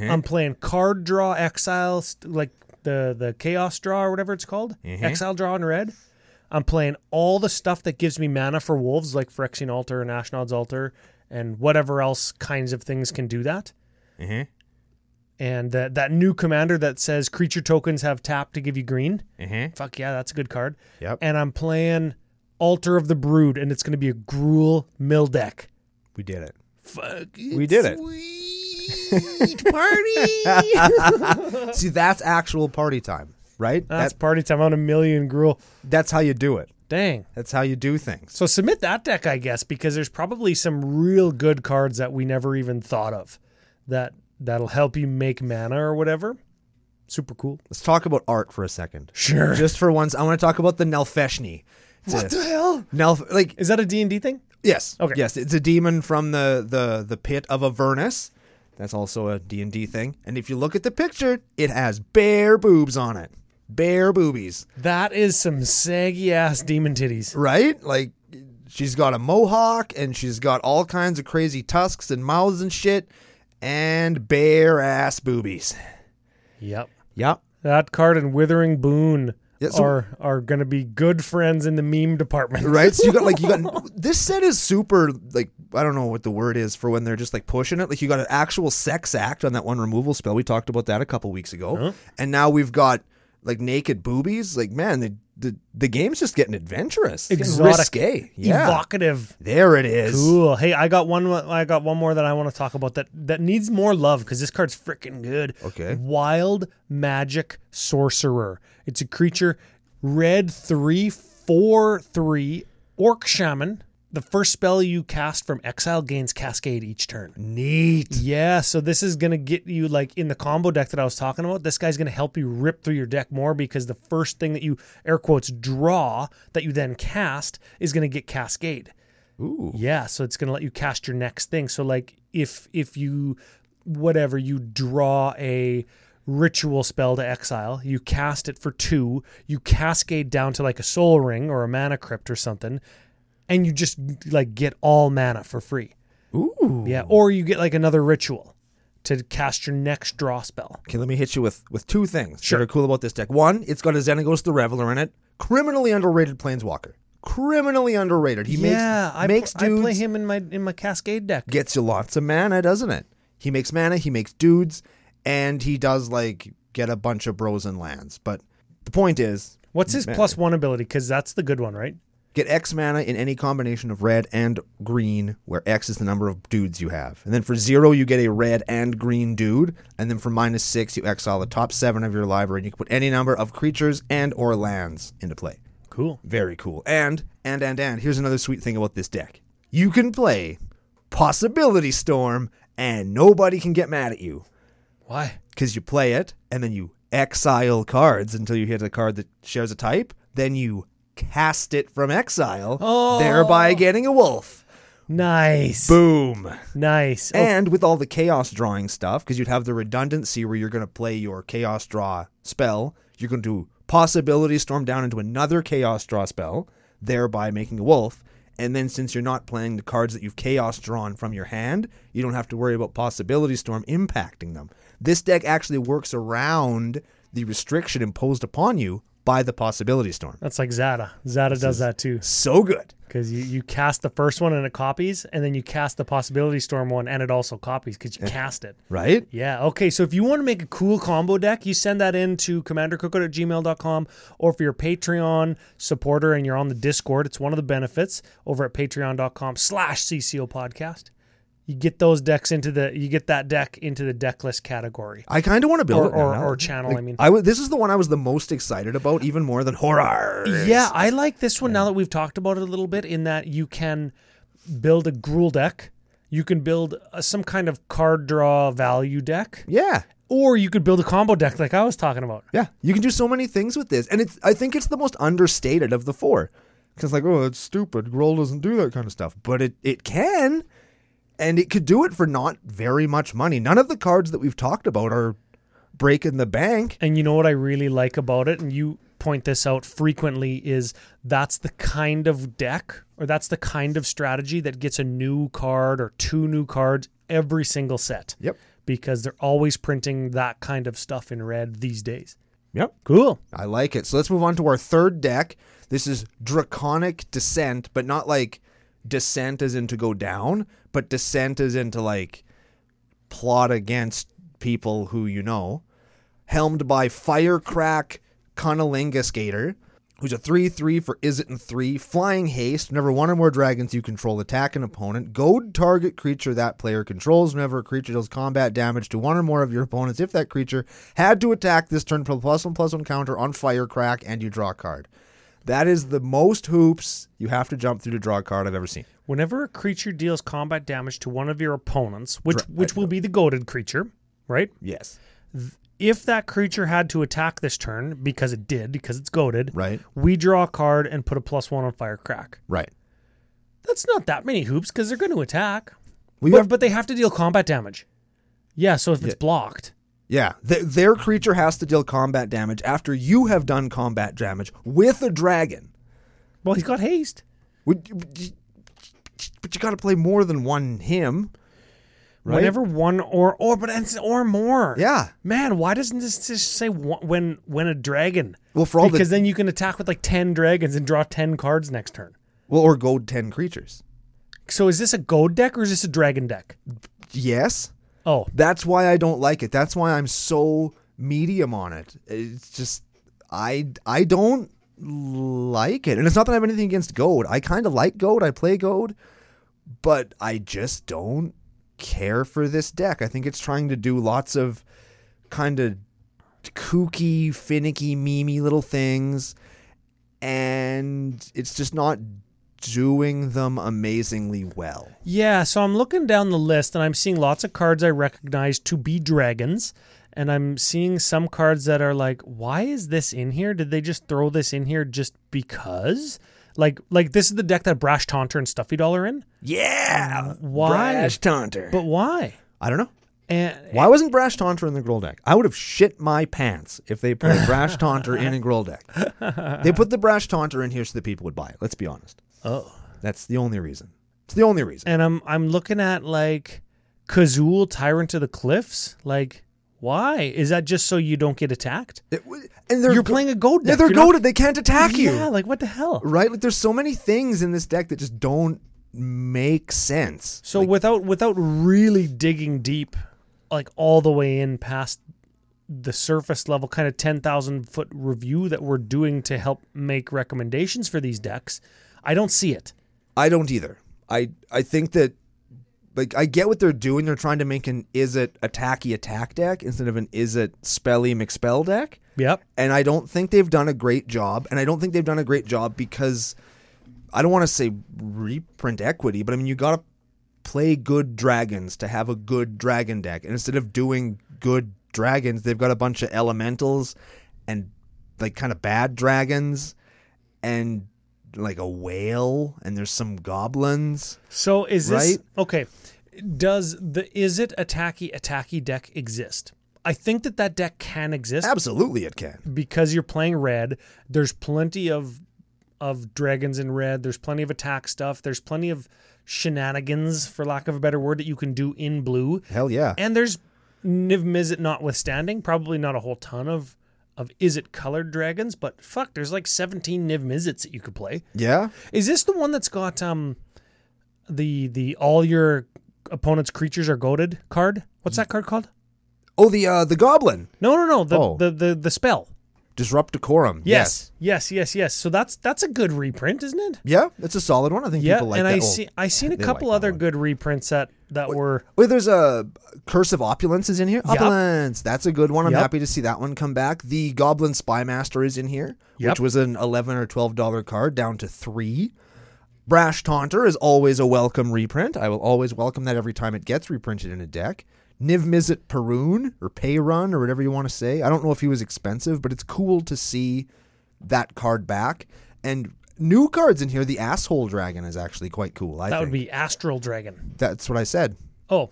Speaker 2: I'm playing card draw exile, st- like the the chaos draw or whatever it's called, exile draw in red. I'm playing all the stuff that gives me mana for wolves, like Phyrexian Altar and Ashnod's Altar, and whatever else kinds of things can do that.
Speaker 1: Mhm.
Speaker 2: And that that new commander that says creature tokens have tap to give you green.
Speaker 1: Mm-hmm.
Speaker 2: Fuck yeah, that's a good card.
Speaker 1: Yep.
Speaker 2: And I'm playing Altar of the Brood, and it's going to be a Gruel mill deck.
Speaker 1: We did it.
Speaker 2: Fuck.
Speaker 1: We did it. *laughs*
Speaker 2: Sweet party.
Speaker 1: See, that's actual party time, right?
Speaker 2: That's
Speaker 1: That,
Speaker 2: party time on a million gruel.
Speaker 1: that's how you do it.
Speaker 2: Dang.
Speaker 1: That's how you do things.
Speaker 2: So submit that deck, I guess, because there's probably some real good cards that we never even thought of that that'll help you make mana or whatever. Super cool.
Speaker 1: Let's talk about art for a second.
Speaker 2: Sure.
Speaker 1: Just for once, I want to talk about the Nelfeshni. What the hell? Nelf, like
Speaker 2: Is that a D&D thing?
Speaker 1: Yes.
Speaker 2: Okay.
Speaker 1: Yes, it's a demon from the the the pit of Avernus. That's also a D&D thing. And if you look at the picture, it has bare boobs on it. Bare boobies,
Speaker 2: That is some saggy ass demon titties.
Speaker 1: right? Like she's got a mohawk and she's got all kinds of crazy tusks and mouths and shit and bare ass boobies.
Speaker 2: Yep.
Speaker 1: Yep.
Speaker 2: That card and Withering Boon
Speaker 1: Yeah, so-
Speaker 2: are are going to be good friends in the meme department.
Speaker 1: Right? So you got like you got this set is super like I don't know what the word is for when they're just like pushing it. Like you got an actual sex act on that one removal spell. We talked about that a couple weeks ago.
Speaker 2: Uh-huh.
Speaker 1: And now we've got like naked boobies. Like man, the the, the game's just getting adventurous. It's getting
Speaker 2: Exotic.
Speaker 1: risque. Yeah.
Speaker 2: Evocative.
Speaker 1: There it is.
Speaker 2: Cool. Hey, I got one. I got one more that I want to talk about that that needs more love because this card's freaking good.
Speaker 1: Okay.
Speaker 2: Wild Magic Sorcerer. It's a creature, red three four three orc shaman. The first spell you cast from exile gains Cascade each turn.
Speaker 1: Neat.
Speaker 2: Yeah, so this is gonna get you like in the combo deck that I was talking about. This guy's gonna help you rip through your deck more because the first thing that you air quotes draw that you then cast is gonna get Cascade.
Speaker 1: Ooh.
Speaker 2: Yeah, so it's going to let you cast your next thing. So like if if you whatever you draw a ritual spell to exile, you cast it for 2, you cascade down to like a soul ring or a mana crypt or something and you just like get all mana for free.
Speaker 1: Ooh.
Speaker 2: Yeah, or you get like another ritual to cast your next draw spell.
Speaker 1: Okay, let me hit you with with two things
Speaker 2: Sure.
Speaker 1: that are cool about this deck. One, it's got a Xenagos the Reveler in it. Criminally underrated planeswalker. Criminally underrated. He
Speaker 2: yeah,
Speaker 1: makes
Speaker 2: I,
Speaker 1: makes
Speaker 2: pl- I play
Speaker 1: dudes-
Speaker 2: him in my in my cascade deck.
Speaker 1: gets you lots of mana, doesn't it? He makes mana, he makes dudes, and he does like get a bunch of bros and lands. But the point is,
Speaker 2: What's his plus 1 ability cuz that's the good one, right?
Speaker 1: get X mana in any combination of red and green, where X is the number of dudes you have. And then for zero, you get a red and green dude. And then for minus six, you exile the top seven of your library, and you can put any number of creatures and or lands into play.
Speaker 2: Cool.
Speaker 1: Very cool. And and and and here's another sweet thing about this deck. You can play Possibility Storm and nobody can get mad at you
Speaker 2: Why?
Speaker 1: cuz you play it and then you exile cards until you hit a card that shares a type, then you cast it from exile, thereby getting a wolf.
Speaker 2: Nice.
Speaker 1: Boom.
Speaker 2: Nice. Oh,
Speaker 1: And with all the chaos drawing stuff, because you'd have the redundancy where you're going to play your chaos draw spell, you're going to possibility storm down into another chaos draw spell, thereby making a wolf. And then since you're not playing the cards that you've chaos drawn from your hand, you don't have to worry about possibility storm impacting them. This deck actually works around the restriction imposed upon you by the possibility storm.
Speaker 2: That's like Zada. Zada does that too.
Speaker 1: So good.
Speaker 2: Because you, you cast the first one and it copies, and then you cast the possibility storm one and it also copies because you cast it.
Speaker 1: Right?
Speaker 2: Yeah. Okay. So if you want to make a cool combo deck, you send that in to commandercookout at gmail.com or if you're a Patreon supporter and you're on the Discord, it's one of the benefits over at patreon.com slash CCO podcast. You get those decks into the you get that deck into the deck list category.
Speaker 1: I kind of want to build
Speaker 2: Or
Speaker 1: it now.
Speaker 2: or, or channel, I mean.
Speaker 1: I w- this is the one I was the most excited about, even more than horror.
Speaker 2: Yeah, I like this one now that we've talked about it a little bit. In that you can build a gruel deck, you can build uh some kind of card draw value deck,
Speaker 1: Yeah.
Speaker 2: or you could build a combo deck like I was talking about.
Speaker 1: Yeah, you can do so many things with this, and it's. I think it's the most understated of the four, because like, oh, that's stupid. Grohl doesn't do that kind of stuff, but it it can, and it could do it for not very much money. None of the cards that we've talked about are breaking the bank.
Speaker 2: And you know what I really like about it, and you point this out frequently, is that's the kind of deck or that's the kind of strategy that gets a new card or two new cards every single set.
Speaker 1: Yep,
Speaker 2: Because they're always printing that kind of stuff in red these days.
Speaker 1: yep.
Speaker 2: Cool.
Speaker 1: I like it. So let's move on to our third deck. This is Draconic Descent, but not like descent as in to go down, but descent as in to like plot against people who you know. Helmed by Firecrack Conolinga Skater, who's a 3 3 for Is It and 3, Flying Haste. Whenever one or more dragons you control attack an opponent, goad target creature that player controls. Whenever a creature deals combat damage to one or more of your opponents, if that creature had to attack this turn, put a plus one plus one counter on Firecrack, and you draw a card. That is the most hoops you have to jump through to draw a card I've ever seen.
Speaker 2: Whenever a creature deals combat damage to one of your opponents, which which will be the goaded creature, right?
Speaker 1: Yes.
Speaker 2: If that creature had to attack this turn, because it did, because it's goaded,
Speaker 1: Right.
Speaker 2: we draw a card and put a plus one on Firecrack.
Speaker 1: Right.
Speaker 2: That's not that many hoops because they're going to attack,
Speaker 1: We
Speaker 2: but,
Speaker 1: have,
Speaker 2: but they have to deal combat damage. Yeah, so if it's blocked,
Speaker 1: yeah, th- their creature has to deal combat damage after you have done combat damage with a dragon.
Speaker 2: well, he's got haste.
Speaker 1: Would, would you- but you got to play more than one him, right?
Speaker 2: Whenever one or or but it's or more.
Speaker 1: Yeah.
Speaker 2: Man, why doesn't this just say one, when when a dragon?
Speaker 1: Well, for all
Speaker 2: because
Speaker 1: the
Speaker 2: then you can attack with like ten dragons and draw ten cards next turn.
Speaker 1: well, or gold ten creatures.
Speaker 2: So is this a gold deck or is this a dragon deck?
Speaker 1: Yes,
Speaker 2: Oh,
Speaker 1: that's why I don't like it. That's why I'm so medium on it. It's just I I don't like it, and it's not that I have anything against gold. I kind of like gold. I play gold, but I just don't care for this deck. I think it's trying to do lots of kind of kooky, finicky, memey little things, and it's just not doing them amazingly well.
Speaker 2: yeah. So I'm looking down the list and I'm seeing lots of cards I recognize to be dragons. And I'm seeing some cards that are like, why is this in here? Did they just throw this in here just because? Like, like this is the deck that Brash Taunter and Stuffy Doll are in.
Speaker 1: Yeah,
Speaker 2: Why? Brash
Speaker 1: Taunter.
Speaker 2: But why?
Speaker 1: I don't know.
Speaker 2: And
Speaker 1: Why wasn't Brash Taunter in the Gruul deck? I would have shit my pants if they
Speaker 2: *laughs*
Speaker 1: put Brash Taunter in a Gruul deck. They put the Brash Taunter in here so that people would buy it. Let's be honest.
Speaker 2: oh,
Speaker 1: That's the only reason. It's the only reason.
Speaker 2: and I'm I'm looking at like Kazul Tyrant of the Cliffs. Like, why is that? Just so you don't get attacked?
Speaker 1: It w- and they're
Speaker 2: You're
Speaker 1: go-
Speaker 2: playing a gold deck.
Speaker 1: Yeah, they're
Speaker 2: You're not-
Speaker 1: goaded. They can't attack you.
Speaker 2: Yeah, like what the hell?
Speaker 1: Right? Like there's so many things in this deck that just don't make sense.
Speaker 2: So without without really digging deep, like all the way in past the surface level kind of 10,000 foot review that we're doing to help make recommendations for these decks, I don't see it.
Speaker 1: I don't either. I I think that like I get what they're doing. They're trying to make an is it attacky attack deck instead of an is it spelly McSpell deck.
Speaker 2: Yep.
Speaker 1: and I don't think they've done a great job. And I don't think they've done a great job because I don't want to say reprint equity, but I mean you got to play good dragons to have a good dragon deck. And instead of doing good dragons, they've got a bunch of elementals and like kind of bad dragons and like a whale and there's some goblins.
Speaker 2: So is this
Speaker 1: Right?
Speaker 2: okay? Does the is it attacky attacky deck exist? I think that that deck can exist
Speaker 1: Absolutely, it can.
Speaker 2: because you're playing red. There's plenty of of dragons in red. There's plenty of attack stuff. There's plenty of shenanigans, for lack of a better word, that you can do in blue.
Speaker 1: Hell yeah.
Speaker 2: And there's Niv Mizzet notwithstanding, probably not a whole ton of of Is It Colored Dragons, but fuck, there's like 17 Niv Mizzets that you could play.
Speaker 1: Yeah.
Speaker 2: Is this the one that's got um the the all your opponent's creatures are goaded card? What's that card called?
Speaker 1: Oh, the uh, the goblin
Speaker 2: No, no, no. The
Speaker 1: Oh.
Speaker 2: the, the the spell.
Speaker 1: disrupt decorum.
Speaker 2: Yes. yes. Yes, yes, So that's that's a good reprint, isn't it?
Speaker 1: Yeah, it's a solid one. I think
Speaker 2: Yeah,
Speaker 1: people like
Speaker 2: and
Speaker 1: that.
Speaker 2: I
Speaker 1: Oh,
Speaker 2: see I seen a
Speaker 1: they
Speaker 2: couple
Speaker 1: like that
Speaker 2: other
Speaker 1: one.
Speaker 2: good reprints that that were
Speaker 1: Wait, there's a Curse of Opulence is in here. Opulence. That's a good one. I'm
Speaker 2: Yep.
Speaker 1: happy to see that one come back. The Goblin Spy Master is in here,
Speaker 2: Yep.
Speaker 1: which was an 11 or 12 dollar card down to 3. Brash Taunter is always a welcome reprint. I will always welcome that every time it gets reprinted in a deck. Niv Mizzet Perun or Payrun or whatever you want to say. I don't know if he was expensive, but it's cool to see that card back. And new cards in here. The Asshole Dragon is actually quite cool. I
Speaker 2: that would
Speaker 1: think
Speaker 2: be Astral Dragon.
Speaker 1: that's what I said.
Speaker 2: Oh,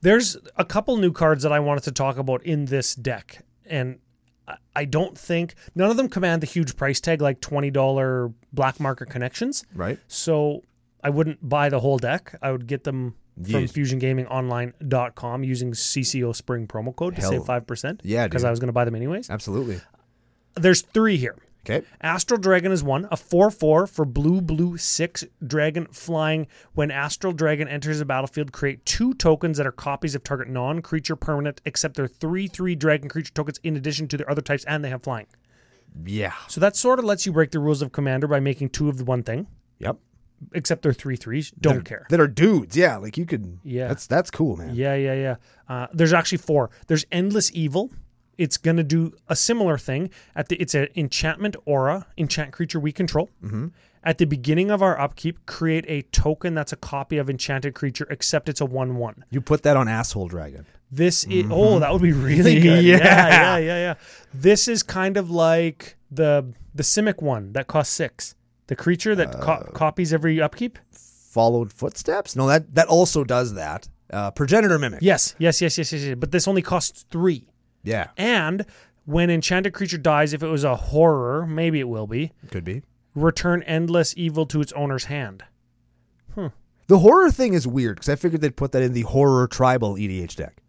Speaker 2: there's a couple new cards that I wanted to talk about in this deck, and I- I don't think none of them command the huge price tag like twenty dollar black market connections.
Speaker 1: Right.
Speaker 2: So I wouldn't buy the whole deck. I would get them from
Speaker 1: Yes.
Speaker 2: fusiongamingonline.com using CCO spring promo code to
Speaker 1: Hell.
Speaker 2: save 5%.
Speaker 1: Yeah,
Speaker 2: Because
Speaker 1: dude.
Speaker 2: I was going to buy them anyways.
Speaker 1: Absolutely.
Speaker 2: There's three here.
Speaker 1: Okay.
Speaker 2: Astral Dragon is one, a 4 4 for blue, blue, 6 dragon flying. When Astral Dragon enters the battlefield, create two tokens that are copies of target non creature permanent, except they're 3 3 dragon creature tokens in addition to their other types, and they have flying.
Speaker 1: Yeah.
Speaker 2: So that sort of lets you break the rules of Commander by making two of the one thing,
Speaker 1: Yep.
Speaker 2: except they're 3 3s. Don't care.
Speaker 1: That are dudes. Yeah. Like you could.
Speaker 2: Yeah.
Speaker 1: That's that's cool, man.
Speaker 2: Yeah, yeah, yeah. Uh, there's actually four. There's endless evil. It's gonna do a similar thing at the. It's an enchantment aura, enchant creature we control. At the beginning of our upkeep, create a token that's a copy of enchanted creature, except it's a one-one.
Speaker 1: You put that on asshole dragon.
Speaker 2: This is oh, that would be really good. yeah. yeah, yeah, yeah, This is kind of like the the simic one that costs six. The creature that co- copies every upkeep.
Speaker 1: Followed footsteps. No, that that also does that. Uh, progenitor mimic.
Speaker 2: Yes, yes, yes, yes, yes, yes. But this only costs three.
Speaker 1: Yeah.
Speaker 2: And when enchanted creature dies, if it was a horror, maybe it will be,
Speaker 1: Could be.
Speaker 2: return endless evil to its owner's hand. Hmm.
Speaker 1: The horror thing is weird because I figured they'd put that in the horror tribal EDH deck.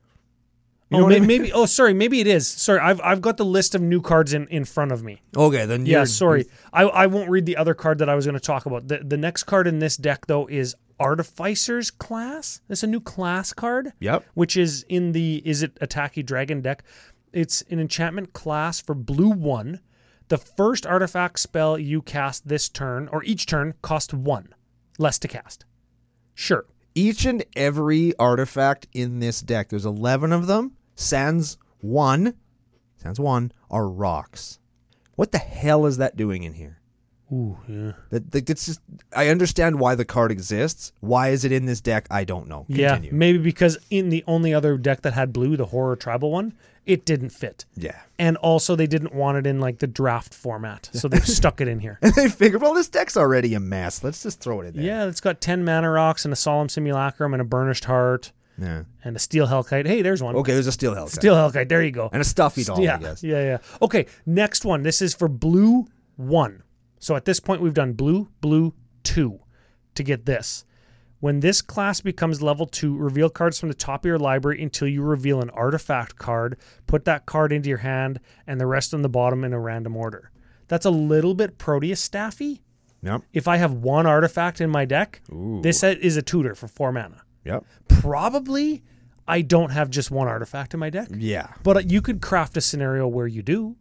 Speaker 1: You know
Speaker 2: oh,
Speaker 1: what
Speaker 2: may-
Speaker 1: I mean?
Speaker 2: maybe. Oh, sorry. Maybe it is. Sorry, I've I've got the list of new cards in in front of me.
Speaker 1: *laughs* Okay, then
Speaker 2: Yeah.
Speaker 1: you're-
Speaker 2: sorry. I I won't read the other card that I was going to talk about. The the next card in this deck though is Artificer's Class. It's a new class card.
Speaker 1: Yep.
Speaker 2: Which is in the is it attacky dragon deck? It's an enchantment class for blue one. The first artifact spell you cast this turn or each turn costs one less to cast. Sure.
Speaker 1: Each and every artifact in this deck, there's 11 of them. Sans one, Sans one are rocks. What the hell is that doing in here?
Speaker 2: Ooh, yeah.
Speaker 1: That, that that's just I understand why the card exists. Why is it in this deck? I don't know.
Speaker 2: Yeah,
Speaker 1: Continue.
Speaker 2: maybe because in the only other deck that had blue, the horror tribal one, it didn't fit.
Speaker 1: Yeah. *laughs*
Speaker 2: and also they didn't want it in like the draft format, *laughs* so they stuck it in here.
Speaker 1: And they figured, well, this deck's already a mess. Let's just throw it in there.
Speaker 2: Yeah, it's got ten mana rocks and a solemn simulacrum and a burnished heart
Speaker 1: Yeah.
Speaker 2: and a steel hellkite. Hey, there's one.
Speaker 1: Okay, there's a steel hellcat.
Speaker 2: Steel hellkite. There you go.
Speaker 1: and a stuffy doll,
Speaker 2: yeah,
Speaker 1: I guess.
Speaker 2: yeah, yeah. Okay, next one. This is for blue one. So at this point, we've done blue, blue two to get this. When this class becomes level two, reveal cards from the top of your library until you reveal an artifact card. Put that card into your hand and the rest on the bottom in a random order. That's a little bit Proteus staffy.
Speaker 1: Yep.
Speaker 2: If I have one artifact in my deck, this is a tutor for four mana.
Speaker 1: Yep.
Speaker 2: Probably I don't have just one artifact in my deck.
Speaker 1: Yeah.
Speaker 2: But uh, you could craft a scenario where you do.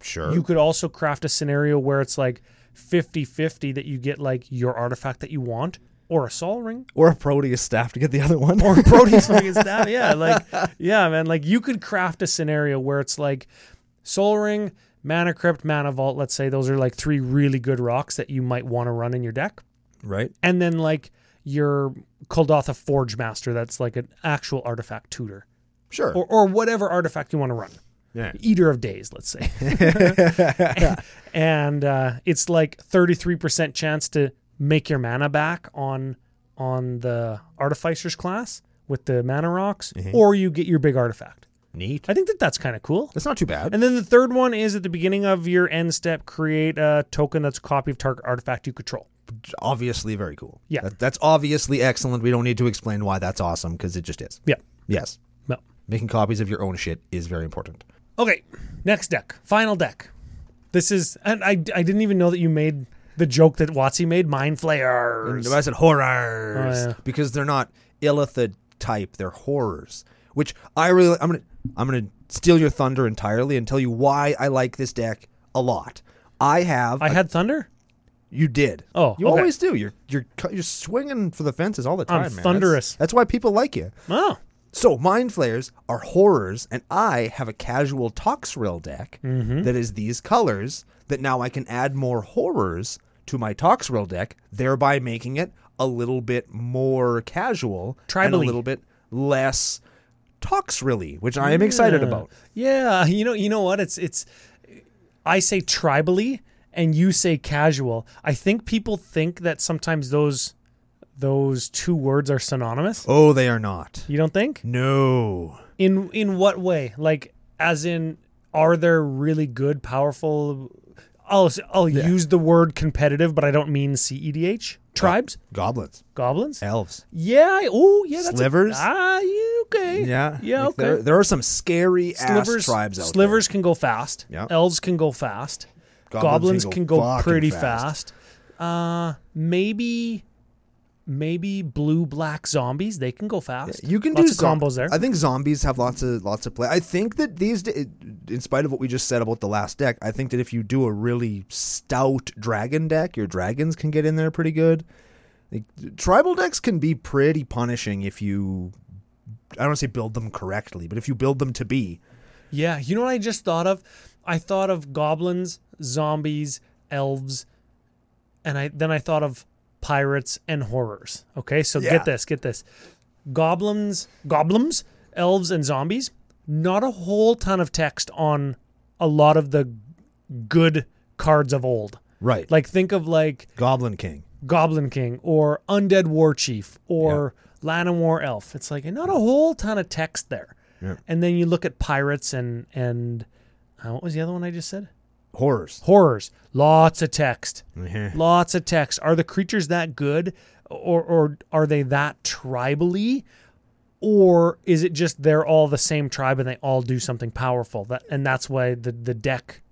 Speaker 1: Sure.
Speaker 2: You could also craft a scenario where it's like 50 50 that you get like your artifact that you want or a Sol Ring
Speaker 1: or a Proteus staff to get the other one.
Speaker 2: or *laughs* a Proteus Ring is that. Yeah. Like, yeah, man. Like, you could craft a scenario where it's like Sol Ring, Mana Crypt, Mana Vault. Let's say those are like three really good rocks that you might want to run in your deck.
Speaker 1: *laughs* right.
Speaker 2: And then like your Koldatha Forge Master that's like an actual artifact tutor
Speaker 1: Sure.
Speaker 2: or, or whatever artifact you want to run
Speaker 1: yeah.
Speaker 2: eater of days, let's say. and uh, it's like 33% chance to make your mana back on on the artificer's class with the mana rocks or you get your big artifact.
Speaker 1: Neat.
Speaker 2: I think that that's kind of cool.
Speaker 1: That's not too bad.
Speaker 2: And then the third one is at the beginning of your end step create a token that's a copy of target artifact you control.
Speaker 1: obviously very cool.
Speaker 2: Yeah.
Speaker 1: That, that's obviously excellent. We don't need to explain why that's awesome because it just is.
Speaker 2: Yeah.
Speaker 1: Yes.
Speaker 2: No.
Speaker 1: Making copies of your own shit is very important.
Speaker 2: Okay, next deck, final deck. This is, and I, I didn't even know that you made the joke that Watsy made, Mind Flayers.
Speaker 1: I said horrors
Speaker 2: Oh, yeah.
Speaker 1: because they're not Illithid type; they're horrors. Which I really, I'm gonna, I'm gonna steal your thunder entirely and tell you why I like this deck a lot. I have,
Speaker 2: I had Thunder?
Speaker 1: you did.
Speaker 2: Oh,
Speaker 1: you
Speaker 2: okay.
Speaker 1: always do. You're, you're, cu- you're swinging for the fences all the time,
Speaker 2: I'm
Speaker 1: man. That's-
Speaker 2: thunderous.
Speaker 1: that's why people like you.
Speaker 2: Oh,
Speaker 1: So mind flayers are horrors, and I have a casual Toxrill deck
Speaker 2: Mm-hmm.
Speaker 1: that is these colors. That now I can add more horrors to my Toxrill deck, thereby making it a little bit more casual and a
Speaker 2: Tribally.
Speaker 1: little bit less Toxrilly, which I am excited about.
Speaker 2: yeah. You know, you know what? It's it's. I say tribally, and you say casual. I think people think that sometimes those those two words are synonymous.
Speaker 1: Oh, they are not.
Speaker 2: You don't think?
Speaker 1: No.
Speaker 2: In in what way? Like, as in, are there really good, powerful? I'll s- I'll use the word competitive, but I don't mean CEDH tribes,
Speaker 1: Goblins,
Speaker 2: goblins.
Speaker 1: elves.
Speaker 2: Yeah. Oh, yeah. That's a-
Speaker 1: Slivers?
Speaker 2: ah, yeah, okay.
Speaker 1: Yeah.
Speaker 2: Yeah.
Speaker 1: Like,
Speaker 2: okay.
Speaker 1: There, there are some scary ass
Speaker 2: slivers
Speaker 1: tribes out there.
Speaker 2: slivers can go fast.
Speaker 1: Yeah.
Speaker 2: Elves can go fast. Goblins, can, go,
Speaker 1: fucking
Speaker 2: pretty fast. Uh, maybe, maybe blue black zombies. They can go fast.
Speaker 1: You can
Speaker 2: Lots
Speaker 1: do
Speaker 2: of
Speaker 1: zom-
Speaker 2: combos there.
Speaker 1: I think zombies have lots of lots of play. I think that these, d- in spite of what we just said about the last deck, I think that if you do a really stout dragon deck, your dragons can get in there pretty good. Like, tribal decks can be pretty punishing if you, I don't wanna say build them correctly, but if you build them to be,
Speaker 2: yeah. You know what I just thought of? I thought of goblins, zombies, elves, and I then I thought of pirates and horrors. Okay, so
Speaker 1: Yeah.
Speaker 2: get this, get this. Goblins, goblins, elves, and zombies. Not a whole ton of text on a lot of the good cards of old.
Speaker 1: right. Like
Speaker 2: Like think of like
Speaker 1: Goblin King.
Speaker 2: Goblin King or Undead War Chief or Llanowar Elf. It's like not a whole ton of text there.
Speaker 1: Yeah.
Speaker 2: And then you look at pirates and and uh, what was the other one I just said?
Speaker 1: Horrors. *laughs*
Speaker 2: Horrors. Lots of text.
Speaker 1: Mhm.
Speaker 2: Lots of text. Are the creatures that good, or or are they that tribally, or is it just they're all the same tribe and they all do something powerful? That and that's why the the deck,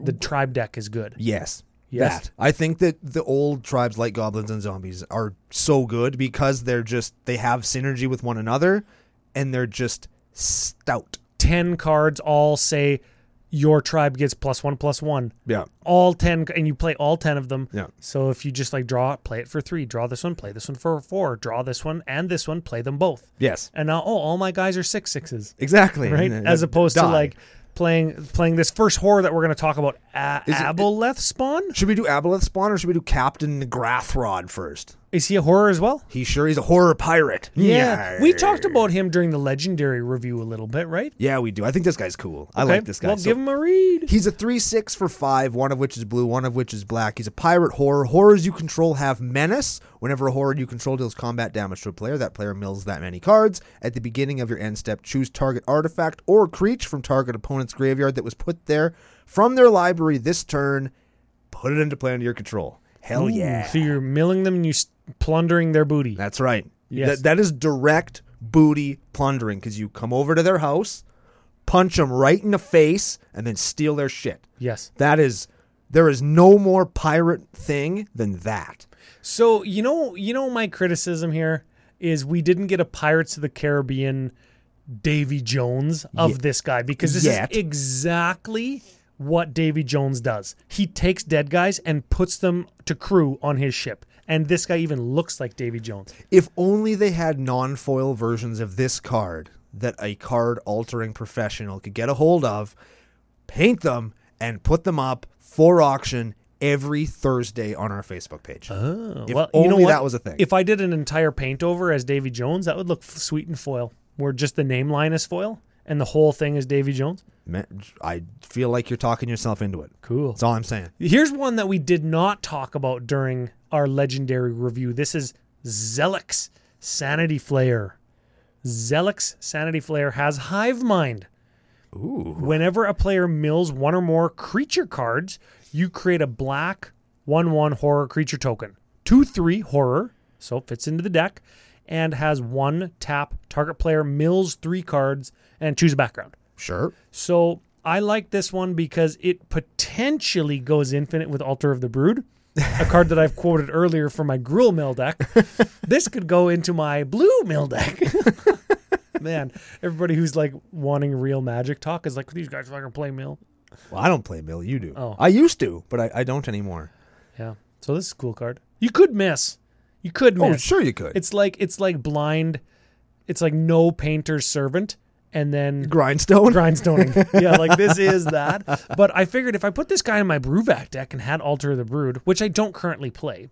Speaker 2: the tribe deck is good.
Speaker 1: Yes.
Speaker 2: Yes.
Speaker 1: That. I think that the old tribes like goblins and zombies are so good because they're just they have synergy with one another and they're just stout.
Speaker 2: 10 cards all say your tribe gets plus one plus one
Speaker 1: Yeah.
Speaker 2: all 10 and you play all 10 of them
Speaker 1: Yeah.
Speaker 2: so if you just like draw play it for three draw this one play this one for four draw this one and this one play them both
Speaker 1: Yes.
Speaker 2: and now oh all my guys are six sixes
Speaker 1: Exactly.
Speaker 2: right
Speaker 1: And, uh,
Speaker 2: as opposed to
Speaker 1: die.
Speaker 2: like playing playing this first horror that we're going to talk about a-
Speaker 1: it-
Speaker 2: aboleth spawn
Speaker 1: should we do Aboleth Spawn or should we do Captain Grathrod first?
Speaker 2: is he a horror as well
Speaker 1: He sure he's a horror pirate.
Speaker 2: yeah we talked about him during the legendary review a little bit right
Speaker 1: Yeah, we do. I think this guy's cool. I
Speaker 2: Okay,
Speaker 1: like this guy.
Speaker 2: well
Speaker 1: So-
Speaker 2: give him a read
Speaker 1: He's a three six for five, one of which is blue, one of which is black. He's a pirate horror. Horrors you control have menace. Whenever a horror you control deals combat damage to a player, that player mills that many cards. At the beginning of your end step, choose target artifact or creature from target opponent's graveyard that was put there from their library this turn. Put it into play under your control. Hell yeah.
Speaker 2: so you're milling them and you s- plundering their booty
Speaker 1: That's right.
Speaker 2: Yes.
Speaker 1: That, that is direct booty plundering because you come over to their house, punch them right in the face, and then steal their shit.
Speaker 2: yes
Speaker 1: That is, there is no more pirate thing than that.
Speaker 2: So you know, you know, my criticism here is we didn't get a Pirates of the Caribbean Davy Jones of this guy because this
Speaker 1: Yet.
Speaker 2: is exactly what Davy Jones does. He takes dead guys and puts them to crew on his ship, and this guy even looks like Davy Jones.
Speaker 1: If only they had non foil versions of this card that a card altering professional could get a hold of, paint them, and put them up for auction every Thursday on our Facebook page.
Speaker 2: Oh,
Speaker 1: If
Speaker 2: well, you know
Speaker 1: only
Speaker 2: what?
Speaker 1: that was a thing.
Speaker 2: If I did an entire paint over as Davy Jones, that would look f- sweet and foil, where just the name line is foil and the whole thing is Davy Jones.
Speaker 1: Ma- I feel like you're talking yourself into it.
Speaker 2: Cool.
Speaker 1: That's all I'm saying.
Speaker 2: Here's one that we did not talk about during our legendary review. This is Zelix Sanity Flare. Zelix Sanity Flare has Hive Mind.
Speaker 1: Ooh.
Speaker 2: Whenever a player mills one or more creature cards, you create a black 1 1 horror creature token. 2 3 horror, so it fits into the deck, and has one tap. Target player mills three cards and choose a background.
Speaker 1: Sure.
Speaker 2: So I like this one because it potentially goes infinite with Altar of the Brood, a card that I've quoted earlier for my Gruel mill deck. this could go into my blue mill deck. Man, everybody who's like wanting real magic talk is like, these guys fucking play mill.
Speaker 1: Well, I don't play Mill. You do.
Speaker 2: Oh.
Speaker 1: I used to, but I, I don't anymore.
Speaker 2: Yeah. So this is a cool card. You could miss. You could miss.
Speaker 1: Oh, sure you could.
Speaker 2: It's like it's like blind. It's like no painter's servant, and then
Speaker 1: *laughs* grindstone.
Speaker 2: grindstoning. yeah, like this is that. But I figured if I put this guy in my Bruvac deck and had Alter of the Brood, which I don't currently play,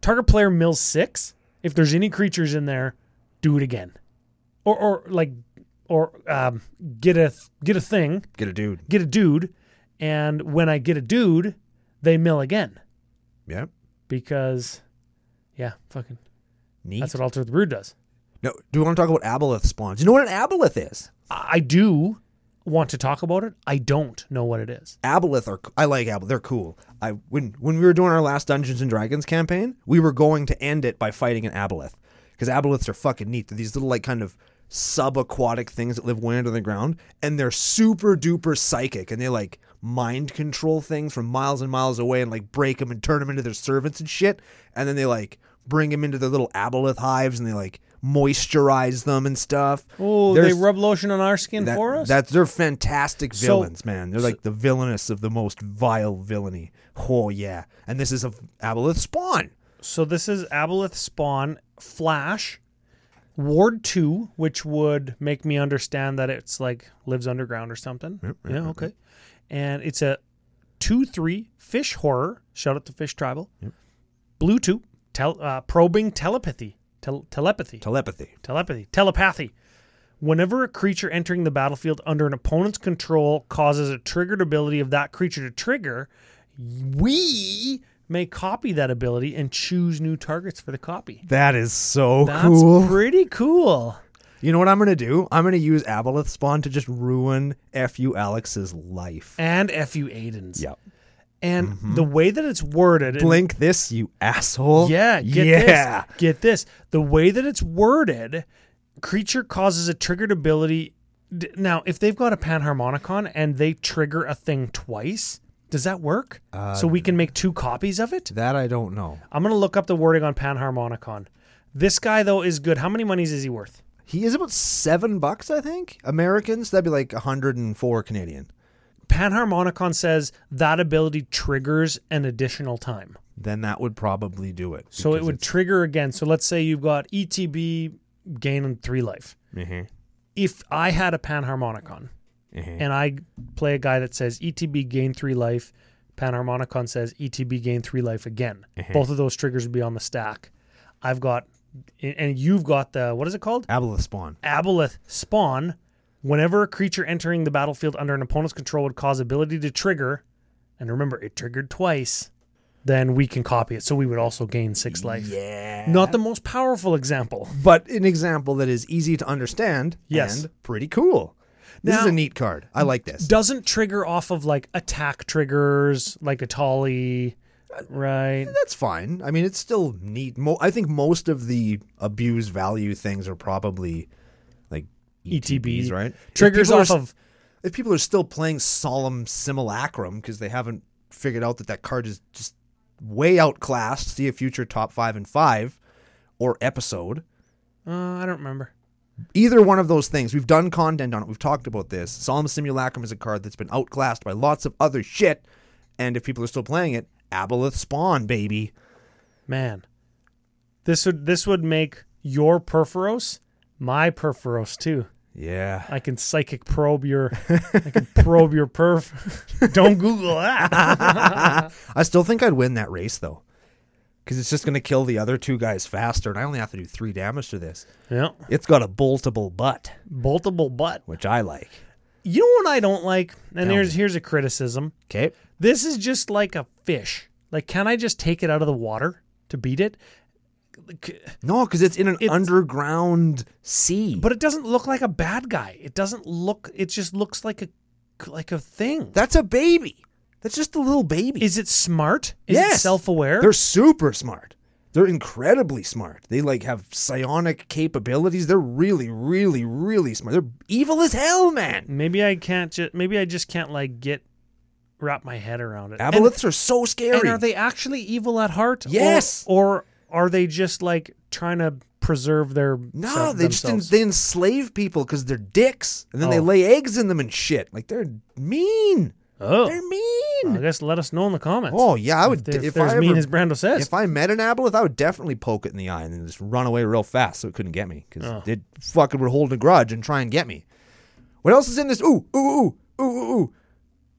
Speaker 2: target player mills six. If there's any creatures in there, do it again, or or like or um, get a get a thing,
Speaker 1: Get a dude.
Speaker 2: get a dude, and when I get a dude, they mill again
Speaker 1: Yep.
Speaker 2: because, yeah, fucking.
Speaker 1: Neat.
Speaker 2: That's what Alter of the Brood does.
Speaker 1: no, do we want to talk about aboleth spawns? You know what an aboleth is?
Speaker 2: I I do want to talk about it. I don't know what it is.
Speaker 1: Aboleth are I like aboleth. They're cool. I when when we were doing our last Dungeons and Dragons campaign, we were going to end it by fighting an aboleth because aboleths are fucking neat. They're these little like kind of subaquatic things that live way under the ground, and they're super duper psychic, and they like mind control things from miles and miles away, and like break them and turn them into their servants and shit, and then they like bring them into their little aboleth hives, and they like moisturize them and stuff.
Speaker 2: Oh,
Speaker 1: There's-
Speaker 2: they rub lotion on our skin
Speaker 1: that-
Speaker 2: for us.
Speaker 1: That's they're fantastic villains, man. They're like the villainous of the most vile villainy. Oh yeah, and this is a Aboleth spawn.
Speaker 2: so this is Aboleth Spawn Flash Ward Two, which would make me understand that it's like lives underground or something. yeah, okay. And it's a two three fish horror. Shout out to Fish Tribal. Blue two tel- uh, probing telepathy. Tel- telepathy.
Speaker 1: Telepathy.
Speaker 2: telepathy, telepathy. Whenever a creature entering the battlefield under an opponent's control causes a triggered ability of that creature to trigger, we may copy that ability and choose new targets for the copy.
Speaker 1: That is so
Speaker 2: That's pretty cool.
Speaker 1: You know what I'm gonna do? I'm gonna use Aboleth spawn to just ruin fu Alex's life.
Speaker 2: And FU Aiden's.
Speaker 1: Yep.
Speaker 2: And the way that it's worded, and-
Speaker 1: Blink this, you asshole.
Speaker 2: Yeah, get
Speaker 1: Oh, yeah.
Speaker 2: this. Get this. The way that it's worded, creature causes a triggered ability. D- Now, if they've got a Panharmonicon and they trigger a thing twice, does that work? so we can make two copies of it?
Speaker 1: That I don't know.
Speaker 2: I'm going to look up the wording on Panharmonicon. This guy, though, is good. How many monies is he worth?
Speaker 1: He is about seven bucks, I think. Americans, that'd be like 104 Canadian.
Speaker 2: Panharmonicon says that ability triggers an additional time.
Speaker 1: Then that would probably do it.
Speaker 2: So it would trigger again. So let's say you've got ETB gain on three life.
Speaker 1: Mm-hmm.
Speaker 2: If I had a Panharmonicon,
Speaker 1: Mm-hmm.
Speaker 2: and I play a guy that says ETB gain three life, Panharmonicon says ETB gain three life again. Both of those triggers would be on the stack. I've got, and you've got the what is it called?
Speaker 1: Aboleth spawn.
Speaker 2: Aboleth spawn. Whenever a creature entering the battlefield under an opponent's control would cause ability to trigger, and remember it triggered twice, then we can copy it. So we would also gain six life.
Speaker 1: Yeah.
Speaker 2: Not the most powerful example.
Speaker 1: but an example that is easy to understand
Speaker 2: Yes.
Speaker 1: and pretty cool. This is
Speaker 2: Now-
Speaker 1: a neat card. I like this.
Speaker 2: Doesn't trigger off of like attack triggers, like a Tali, right?
Speaker 1: That's fine. I mean, it's still neat. Mo- I think most of the abuse value things are probably like
Speaker 2: E
Speaker 1: ETBs, right? If
Speaker 2: Triggers
Speaker 1: people are
Speaker 2: off
Speaker 1: s-
Speaker 2: of
Speaker 1: If people are still playing Solemn Simulacrum because they haven't figured out that that card is just way outclassed, see a future top five and five or episode.
Speaker 2: uh, I don't remember.
Speaker 1: either one of those things. We've done content on it. We've talked about this. Solemn Simulacrum is a card that's been outclassed by lots of other shit. And if people are still playing it, Aboleth Spawn, baby.
Speaker 2: Man. This would this would make your Perforos my Perforos too.
Speaker 1: Yeah. *laughs*
Speaker 2: I can psychic probe your I can probe your perf. don't Google that.
Speaker 1: I still think I'd win that race, though. Because it's just going to kill the other two guys faster, and I only have to do three damage to this.
Speaker 2: yeah.
Speaker 1: It's got a boltable butt,
Speaker 2: Boltable butt.
Speaker 1: which I like.
Speaker 2: You know what I don't like? And
Speaker 1: Tell
Speaker 2: here's here's a criticism.
Speaker 1: Okay.
Speaker 2: This is just like a fish. Like can I just take it out of the water to beat it? C-
Speaker 1: No, because it's in an
Speaker 2: It's-
Speaker 1: underground sea.
Speaker 2: But it doesn't look like a bad guy. It doesn't look it just looks like a like a thing.
Speaker 1: that's a baby. That's just a little baby.
Speaker 2: Is it smart? Is it
Speaker 1: Yes.
Speaker 2: self aware?
Speaker 1: They're super smart. They're incredibly smart. They like have psionic capabilities. They're really, really, really smart. They're evil as hell, man.
Speaker 2: Maybe I can't just. Maybe I just can't like get wrap my head around it. And-
Speaker 1: Aboliths are so scary.
Speaker 2: And are they actually evil at heart? Or-
Speaker 1: Yes.
Speaker 2: Or, are they just like trying to preserve their
Speaker 1: No,
Speaker 2: self-
Speaker 1: they just en-
Speaker 2: themselves?
Speaker 1: they enslave people because they're dicks, and then they
Speaker 2: Oh.
Speaker 1: lay eggs in them and shit. Like they're mean.
Speaker 2: oh,
Speaker 1: They're mean.
Speaker 2: I guess let us know in the comments.
Speaker 1: oh yeah, I would.
Speaker 2: if,
Speaker 1: if
Speaker 2: they're
Speaker 1: I
Speaker 2: as mean
Speaker 1: ever-
Speaker 2: as Brando says.
Speaker 1: if I met an aboleth, I would definitely poke it in the eye and then just run away real fast so it couldn't get me
Speaker 2: Oh.
Speaker 1: because it fucking would hold a grudge and try and get me. What else is in this? Ooh, ooh, ooh, ooh, ooh,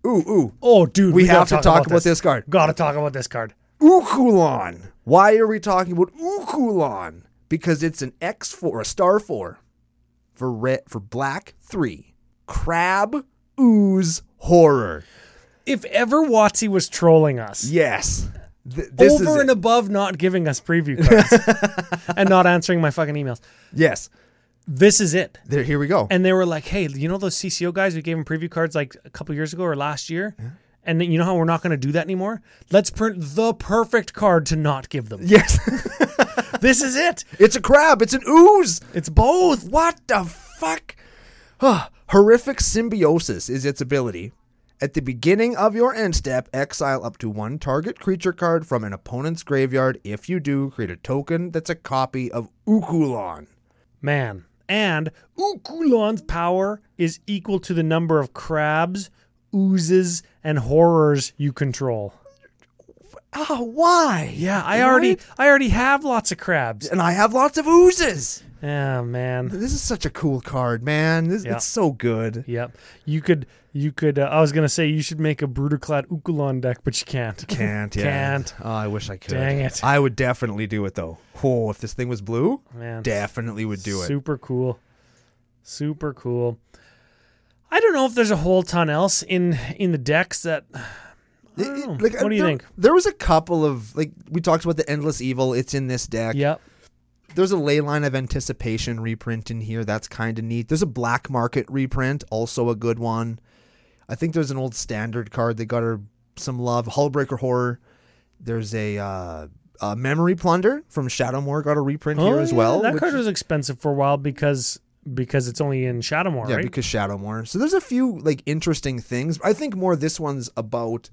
Speaker 1: ooh, ooh, ooh.
Speaker 2: oh, dude,
Speaker 1: We,
Speaker 2: gotta
Speaker 1: have to talk, about, this. card.
Speaker 2: Gotta talk about this card.
Speaker 1: Ukulon. Why are we talking about Ukulon? Because it's an X four, a star four, for red, for black three, crab ooze horror.
Speaker 2: If ever Watsy was trolling us
Speaker 1: Yes, Th- this is
Speaker 2: over
Speaker 1: it.
Speaker 2: and above not giving us preview cards
Speaker 1: *laughs*
Speaker 2: and not answering my fucking emails,
Speaker 1: yes.
Speaker 2: this is it.
Speaker 1: There, here we go.
Speaker 2: And they were like, "Hey, you know those CCO guys we gave them preview cards like a couple years ago or last year?" And then, you know how we're not going to do that anymore? Let's print the perfect card to not
Speaker 1: *laughs*
Speaker 2: give them.
Speaker 1: yes,
Speaker 2: this is it.
Speaker 1: it's a crab. It's an ooze.
Speaker 2: It's both.
Speaker 1: What the fuck? Huh. Horrific Symbiosis is its ability. At the beginning of your end step, exile up to one target creature card from an opponent's graveyard. If you do, create a token that's a copy of Ukulon.
Speaker 2: Man. And Ukulon's power is equal to the number of crabs, oozes, and horrors you control.
Speaker 1: Oh, why?
Speaker 2: Yeah, I already I already have lots of crabs.
Speaker 1: And I have lots of oozes.
Speaker 2: Oh man.
Speaker 1: This is such a cool card, man. This,
Speaker 2: Yeah.
Speaker 1: It's so good.
Speaker 2: Yep. You could you could uh, I was going to say you should make a Bruderclad Ukulon deck, but you can't.
Speaker 1: *laughs* Can't, yeah.
Speaker 2: Can't.
Speaker 1: Oh, I wish I could.
Speaker 2: Dang it.
Speaker 1: I would definitely do it, though. Oh, if this thing was blue,
Speaker 2: Man.
Speaker 1: definitely would do it.
Speaker 2: Super cool. Super cool. I don't know if there's a whole ton else in in the decks that
Speaker 1: It-
Speaker 2: don't
Speaker 1: it-
Speaker 2: know.
Speaker 1: like,
Speaker 2: Oh, What
Speaker 1: uh,
Speaker 2: do you
Speaker 1: there,
Speaker 2: think?
Speaker 1: There was a couple of like we talked about the endless evil. It's in this deck.
Speaker 2: Yep.
Speaker 1: There's a ley line of anticipation reprint in here. That's kind of neat. There's a black market reprint, also a good one. I think there's an old standard card that got her some love. Hullbreaker horror. There's a, uh, a memory plunder from Shadowmoor got a reprint here
Speaker 2: Oh,
Speaker 1: as
Speaker 2: yeah,
Speaker 1: well.
Speaker 2: That
Speaker 1: which-
Speaker 2: card was expensive for a while because because it's only in Shadowmoor,
Speaker 1: yeah,
Speaker 2: right?
Speaker 1: because Shadowmoor. So there's a few like interesting things. I think more this one's about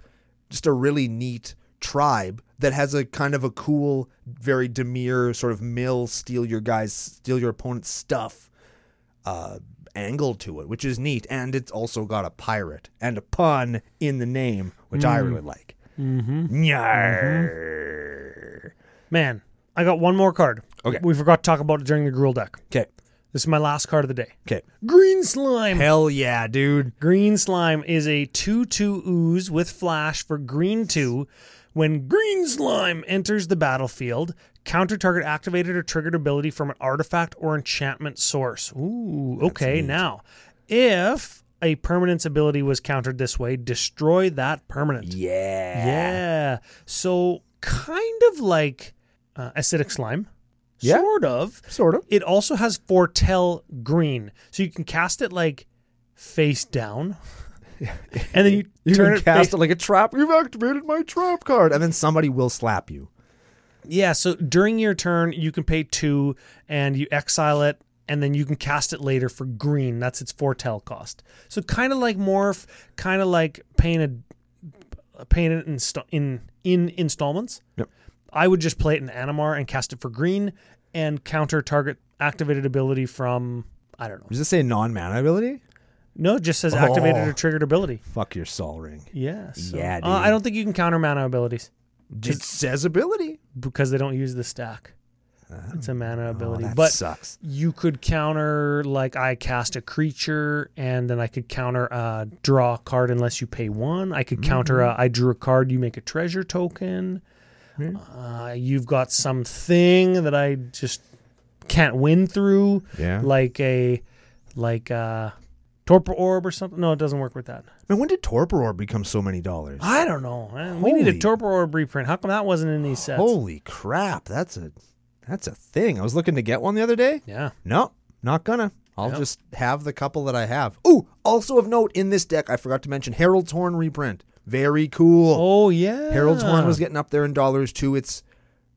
Speaker 1: just a really neat tribe that has a kind of a cool, very demure sort of mill steal your guys, steal your opponent's stuff uh, angle to it, which is neat. And it's also got a pirate and a pun in the name, which I really like. Mm-hmm.
Speaker 2: Man, I got one more card.
Speaker 1: Okay.
Speaker 2: We forgot to talk about it during the Gruul deck.
Speaker 1: Okay.
Speaker 2: This is my last card of the day.
Speaker 1: Okay.
Speaker 2: Green Slime.
Speaker 1: Hell yeah, dude.
Speaker 2: Green Slime is a 2 2 ooze with flash for green 2. When Green Slime enters the battlefield, counter target activated or triggered ability from an artifact or enchantment source. Ooh, okay. Now, if a permanence ability was countered this way, destroy that permanent.
Speaker 1: Yeah.
Speaker 2: Yeah. So, kind of like uh, acidic slime.
Speaker 1: Yeah.
Speaker 2: Sort of.
Speaker 1: Sort of.
Speaker 2: It also has foretell green, so you can cast it like
Speaker 1: *laughs*
Speaker 2: face down, and then you,
Speaker 1: You
Speaker 2: turn
Speaker 1: can
Speaker 2: it.
Speaker 1: cast
Speaker 2: face-
Speaker 1: it like a trap. You've activated my trap card, and then somebody will slap you.
Speaker 2: yeah. So during your turn, you can pay two, and you exile it, and then you can cast it later for green. That's its foretell cost. So kind of like morph, kind of like paying a paying it in sta- in in installments.
Speaker 1: Yep.
Speaker 2: I would just play it in Animar and cast it for green and counter target activated ability from I don't know.
Speaker 1: Does it say non-mana ability?
Speaker 2: No, it just says activated
Speaker 1: Oh.
Speaker 2: or triggered ability.
Speaker 1: Fuck your Sol Ring.
Speaker 2: Yeah. So,
Speaker 1: Yeah,
Speaker 2: Uh, I
Speaker 1: dude.
Speaker 2: don't think you can counter mana abilities
Speaker 1: It says ability.
Speaker 2: because they don't use the stack. It's a mana ability,
Speaker 1: Oh. that
Speaker 2: but
Speaker 1: sucks.
Speaker 2: you could counter like I cast a creature, and then I could counter uh, draw a card unless you pay one. I could counter
Speaker 1: Mm-hmm.
Speaker 2: a, I drew a card, you make a treasure token.
Speaker 1: Hmm.
Speaker 2: Uh, you've got something that I just can't win through,
Speaker 1: Yeah.
Speaker 2: like a like a torpor orb or something. No, it doesn't work with that.
Speaker 1: Man, when did Torpor Orb become so many dollars?
Speaker 2: I don't know. man. We need a
Speaker 1: Holy-
Speaker 2: torpor orb reprint. How come that wasn't in these sets?
Speaker 1: Holy crap, that's a that's a thing. I was looking to get one the other day.
Speaker 2: Yeah.
Speaker 1: No, not gonna. I'll just have the couple that I have. Ooh, also of note in this deck, I forgot to mention Harold's Horn reprint. Very cool.
Speaker 2: Oh yeah.
Speaker 1: Harold's Horn was getting up there in dollars too. It's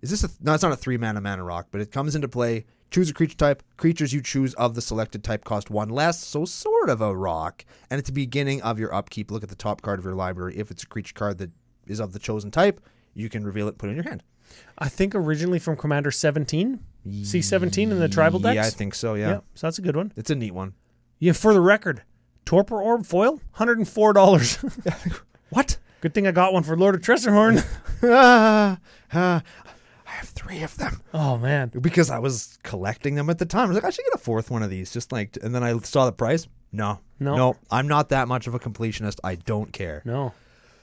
Speaker 1: Is this a th- no? It's not a three mana mana rock, but it comes into play. Choose a creature type. Creatures you choose of the selected type cost one less, so sort of a rock. And at the beginning of your upkeep, look at the top card of your library. If it's a creature card that is of the chosen type, you can reveal it, put it in your hand.
Speaker 2: I think originally from Commander 17, C17 in the tribal decks.
Speaker 1: Yeah, I think so. Yeah,
Speaker 2: Yeah, so that's a good one.
Speaker 1: it's a neat
Speaker 2: *laughs*
Speaker 1: one. *laughs*
Speaker 2: Yeah, for the record, Torpor Orb Foil, *laughs* $104.
Speaker 1: What?
Speaker 2: good thing I got one for Lord of Tressorhorn.
Speaker 1: Ah, ah, I have three of them
Speaker 2: *laughs* oh, man.
Speaker 1: because I was collecting them at the time. I was like, I should get a fourth one of these, just like. And then I saw the price. No,
Speaker 2: No.
Speaker 1: no, I'm not that much of a completionist. I don't care.
Speaker 2: No.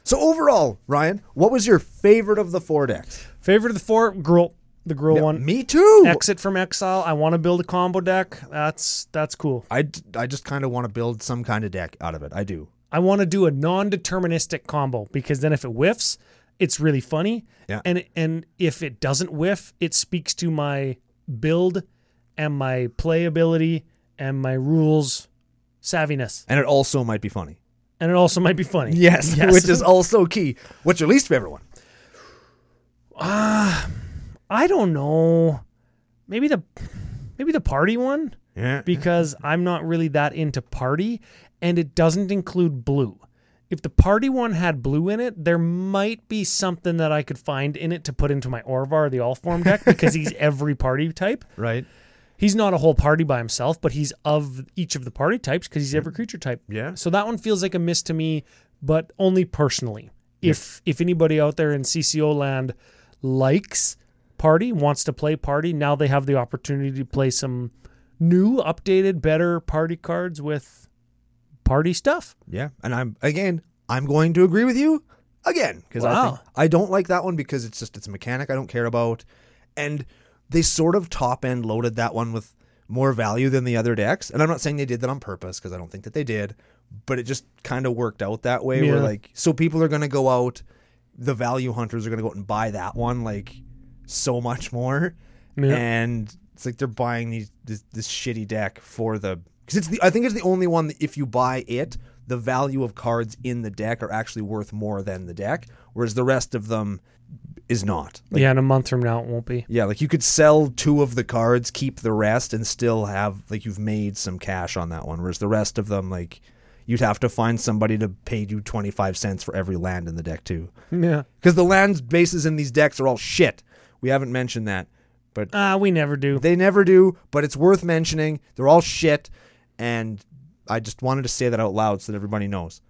Speaker 1: So overall, Ryan, what was your favorite of the four decks?
Speaker 2: Favorite of the four, Gruul. The Gruul one.
Speaker 1: Me too.
Speaker 2: Exit from Exile. I want to build a combo deck. That's that's cool.
Speaker 1: I, d- I just kind of want to build some kind of deck out of it. I do.
Speaker 2: I want to do a non-deterministic combo because then if it whiffs, it's really funny.
Speaker 1: Yeah.
Speaker 2: And and if it doesn't whiff, it speaks to my build and my playability and my rules savviness.
Speaker 1: And it also might be funny.
Speaker 2: And it also might be funny.
Speaker 1: *laughs*
Speaker 2: *laughs*
Speaker 1: Which is also key. What's your least favorite one?
Speaker 2: I don't know. Maybe the maybe the party one
Speaker 1: Yeah.
Speaker 2: *laughs* because I'm not really that into party and it doesn't include blue. If the party one had blue in it, there might be something that I could find in it to put into my Orvar, the all form deck, because he's every party type.
Speaker 1: right.
Speaker 2: He's not a whole party by himself, but he's of each of the party types because he's every creature type.
Speaker 1: Yeah.
Speaker 2: So that one feels like a miss to me, but only personally. If if anybody out there in CCO land likes party, wants to play party, now they have the opportunity to play some new, updated, better party cards with party stuff.
Speaker 1: Yeah. And I'm again, I'm going to agree with you again because I,
Speaker 2: Wow.
Speaker 1: think- I don't like that one because it's just it's a mechanic I don't care about, and they sort of top end loaded that one with more value than the other decks. And I'm not saying they did that on purpose because I don't think that they did, but it just kind of worked out that way. Where
Speaker 2: Yeah.
Speaker 1: like, so people are going to go out, the value hunters are going to go out and buy that one like so much more,
Speaker 2: Yeah.
Speaker 1: Eh, and it's like they're buying these this, this shitty deck for the because it's the I think it's the only one that if you buy it, the value of cards in the deck are actually worth more than the deck, whereas the rest of them is not. Like,
Speaker 2: yeah, in a month from now it won't be.
Speaker 1: yeah, like you could sell two of the cards, keep the rest, and still have like you've made some cash on that one. Whereas the rest of them, like you'd have to find somebody to pay you twenty five cents for every land in the deck too,
Speaker 2: Yeah.
Speaker 1: because the land bases in these decks are all shit. We haven't mentioned that, but
Speaker 2: Ah, we never do.
Speaker 1: they never do, but it's worth mentioning. They're all shit, and I just wanted to say that out loud so that everybody knows.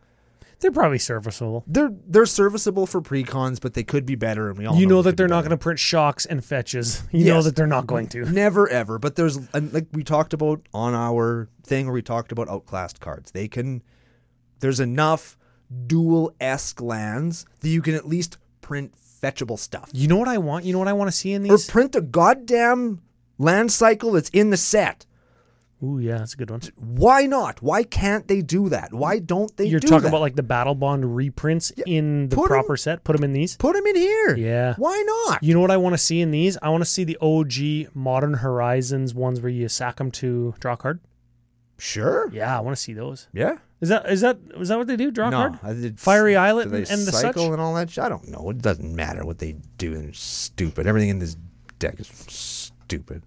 Speaker 2: They're probably serviceable.
Speaker 1: They're they're serviceable for precons, but they could be better, and we all
Speaker 2: You know
Speaker 1: they
Speaker 2: that
Speaker 1: could
Speaker 2: they're
Speaker 1: be
Speaker 2: not
Speaker 1: better.
Speaker 2: going to print shocks and fetches. You know
Speaker 1: Yes.
Speaker 2: that they're not going to. *laughs*
Speaker 1: Never ever, but there's and like we talked about on our thing where we talked about outclassed cards. They can there's enough dual esque lands that you can at least print fetchable stuff.
Speaker 2: You know what I want? You know what I want to see in
Speaker 1: Or
Speaker 2: these?
Speaker 1: print a goddamn land cycle that's in the set.
Speaker 2: Ooh, yeah, that's a good one.
Speaker 1: Why not? Why can't they do that? Why don't they
Speaker 2: You're
Speaker 1: do
Speaker 2: talking
Speaker 1: that?
Speaker 2: about like the Battle Bond reprints in the
Speaker 1: put 'em-
Speaker 2: proper set. Put them in these.
Speaker 1: Put him in here.
Speaker 2: Yeah.
Speaker 1: Why not?
Speaker 2: You know what I want to see in these? I want to see the OG Modern Horizons ones where you sack them to draw a card.
Speaker 1: Sure.
Speaker 2: Yeah, I want to see those.
Speaker 1: Yeah.
Speaker 2: Is that is that is that what they do? Draw a
Speaker 1: No.
Speaker 2: card?
Speaker 1: I did-
Speaker 2: Fiery Islet
Speaker 1: do they
Speaker 2: and, and the such.
Speaker 1: cycle and all that. Sh- I don't know. It doesn't matter what they do. They're stupid. Everything in this deck is stupid.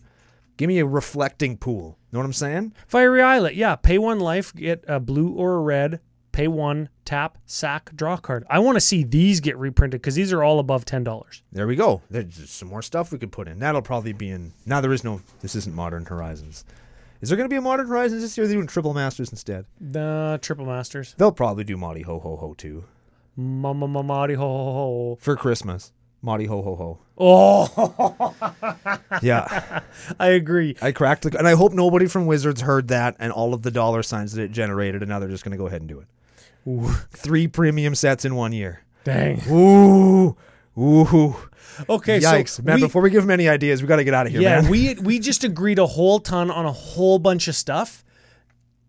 Speaker 1: Give me a reflecting pool. Know what I'm saying?
Speaker 2: Fiery Islet. Yeah, pay one life, get a blue or a red. Pay one, tap, sack, draw a card. I want to see these get reprinted because these are all above ten dollars.
Speaker 1: There we go. There's just some more stuff we could put in. That'll probably be in. Now there is no. This isn't Modern Horizons. Is there going to be a Modern Horizons this year? They're doing Triple Masters instead.
Speaker 2: The triple masters.
Speaker 1: They'll probably do Monty Ho Ho Ho too
Speaker 2: Mama mamadi ho ho ho.
Speaker 1: for Christmas. Monty Ho Ho Ho.
Speaker 2: Oh,
Speaker 1: Yeah.
Speaker 2: I agree.
Speaker 1: I cracked the, and I hope nobody from Wizards heard that and all of the dollar signs that it generated, and now they're just going to go ahead and do it. Three premium sets in one year.
Speaker 2: Dang.
Speaker 1: Ooh, ooh,
Speaker 2: Okay.
Speaker 1: yikes,
Speaker 2: So
Speaker 1: man!
Speaker 2: we-
Speaker 1: before we give them any ideas, we got to get out of here,
Speaker 2: yeah,
Speaker 1: man.
Speaker 2: we we just agreed a whole ton on a whole bunch of stuff.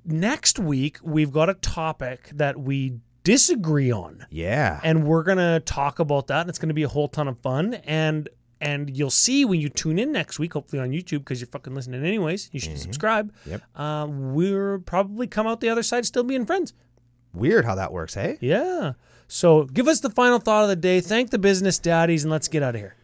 Speaker 2: Next week we've got a topic that we disagree on,
Speaker 1: yeah,
Speaker 2: and we're gonna talk about that. And it's gonna be a whole ton of fun. And and you'll see when you tune in next week, hopefully on YouTube, because you're fucking listening anyways. You should subscribe.
Speaker 1: Mm-hmm. Yep.
Speaker 2: Uh, we're probably come out the other side still being friends.
Speaker 1: Weird how that works, hey?
Speaker 2: Yeah. So give us the final thought of the day. Thank the business daddies, and let's get out of here.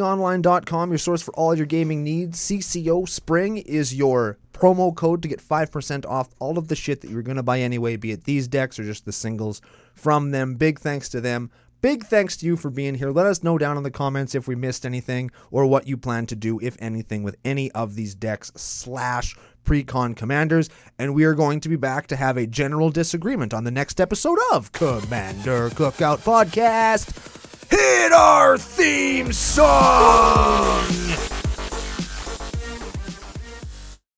Speaker 1: FusionGamingOnline.com, your source for all your gaming needs. CCO Spring is your promo code to get 5% off all of the shit that you were going to buy anyway, be it these decks or just the singles from them. Big thanks to them. Big thanks to you for being here. Let us know down in the comments if we missed anything or what you plan to do, if anything, with any of these decks slash pre-con commanders. And we are going to be back to have a general disagreement on the next episode of Commander Cookout Podcast hit our theme song!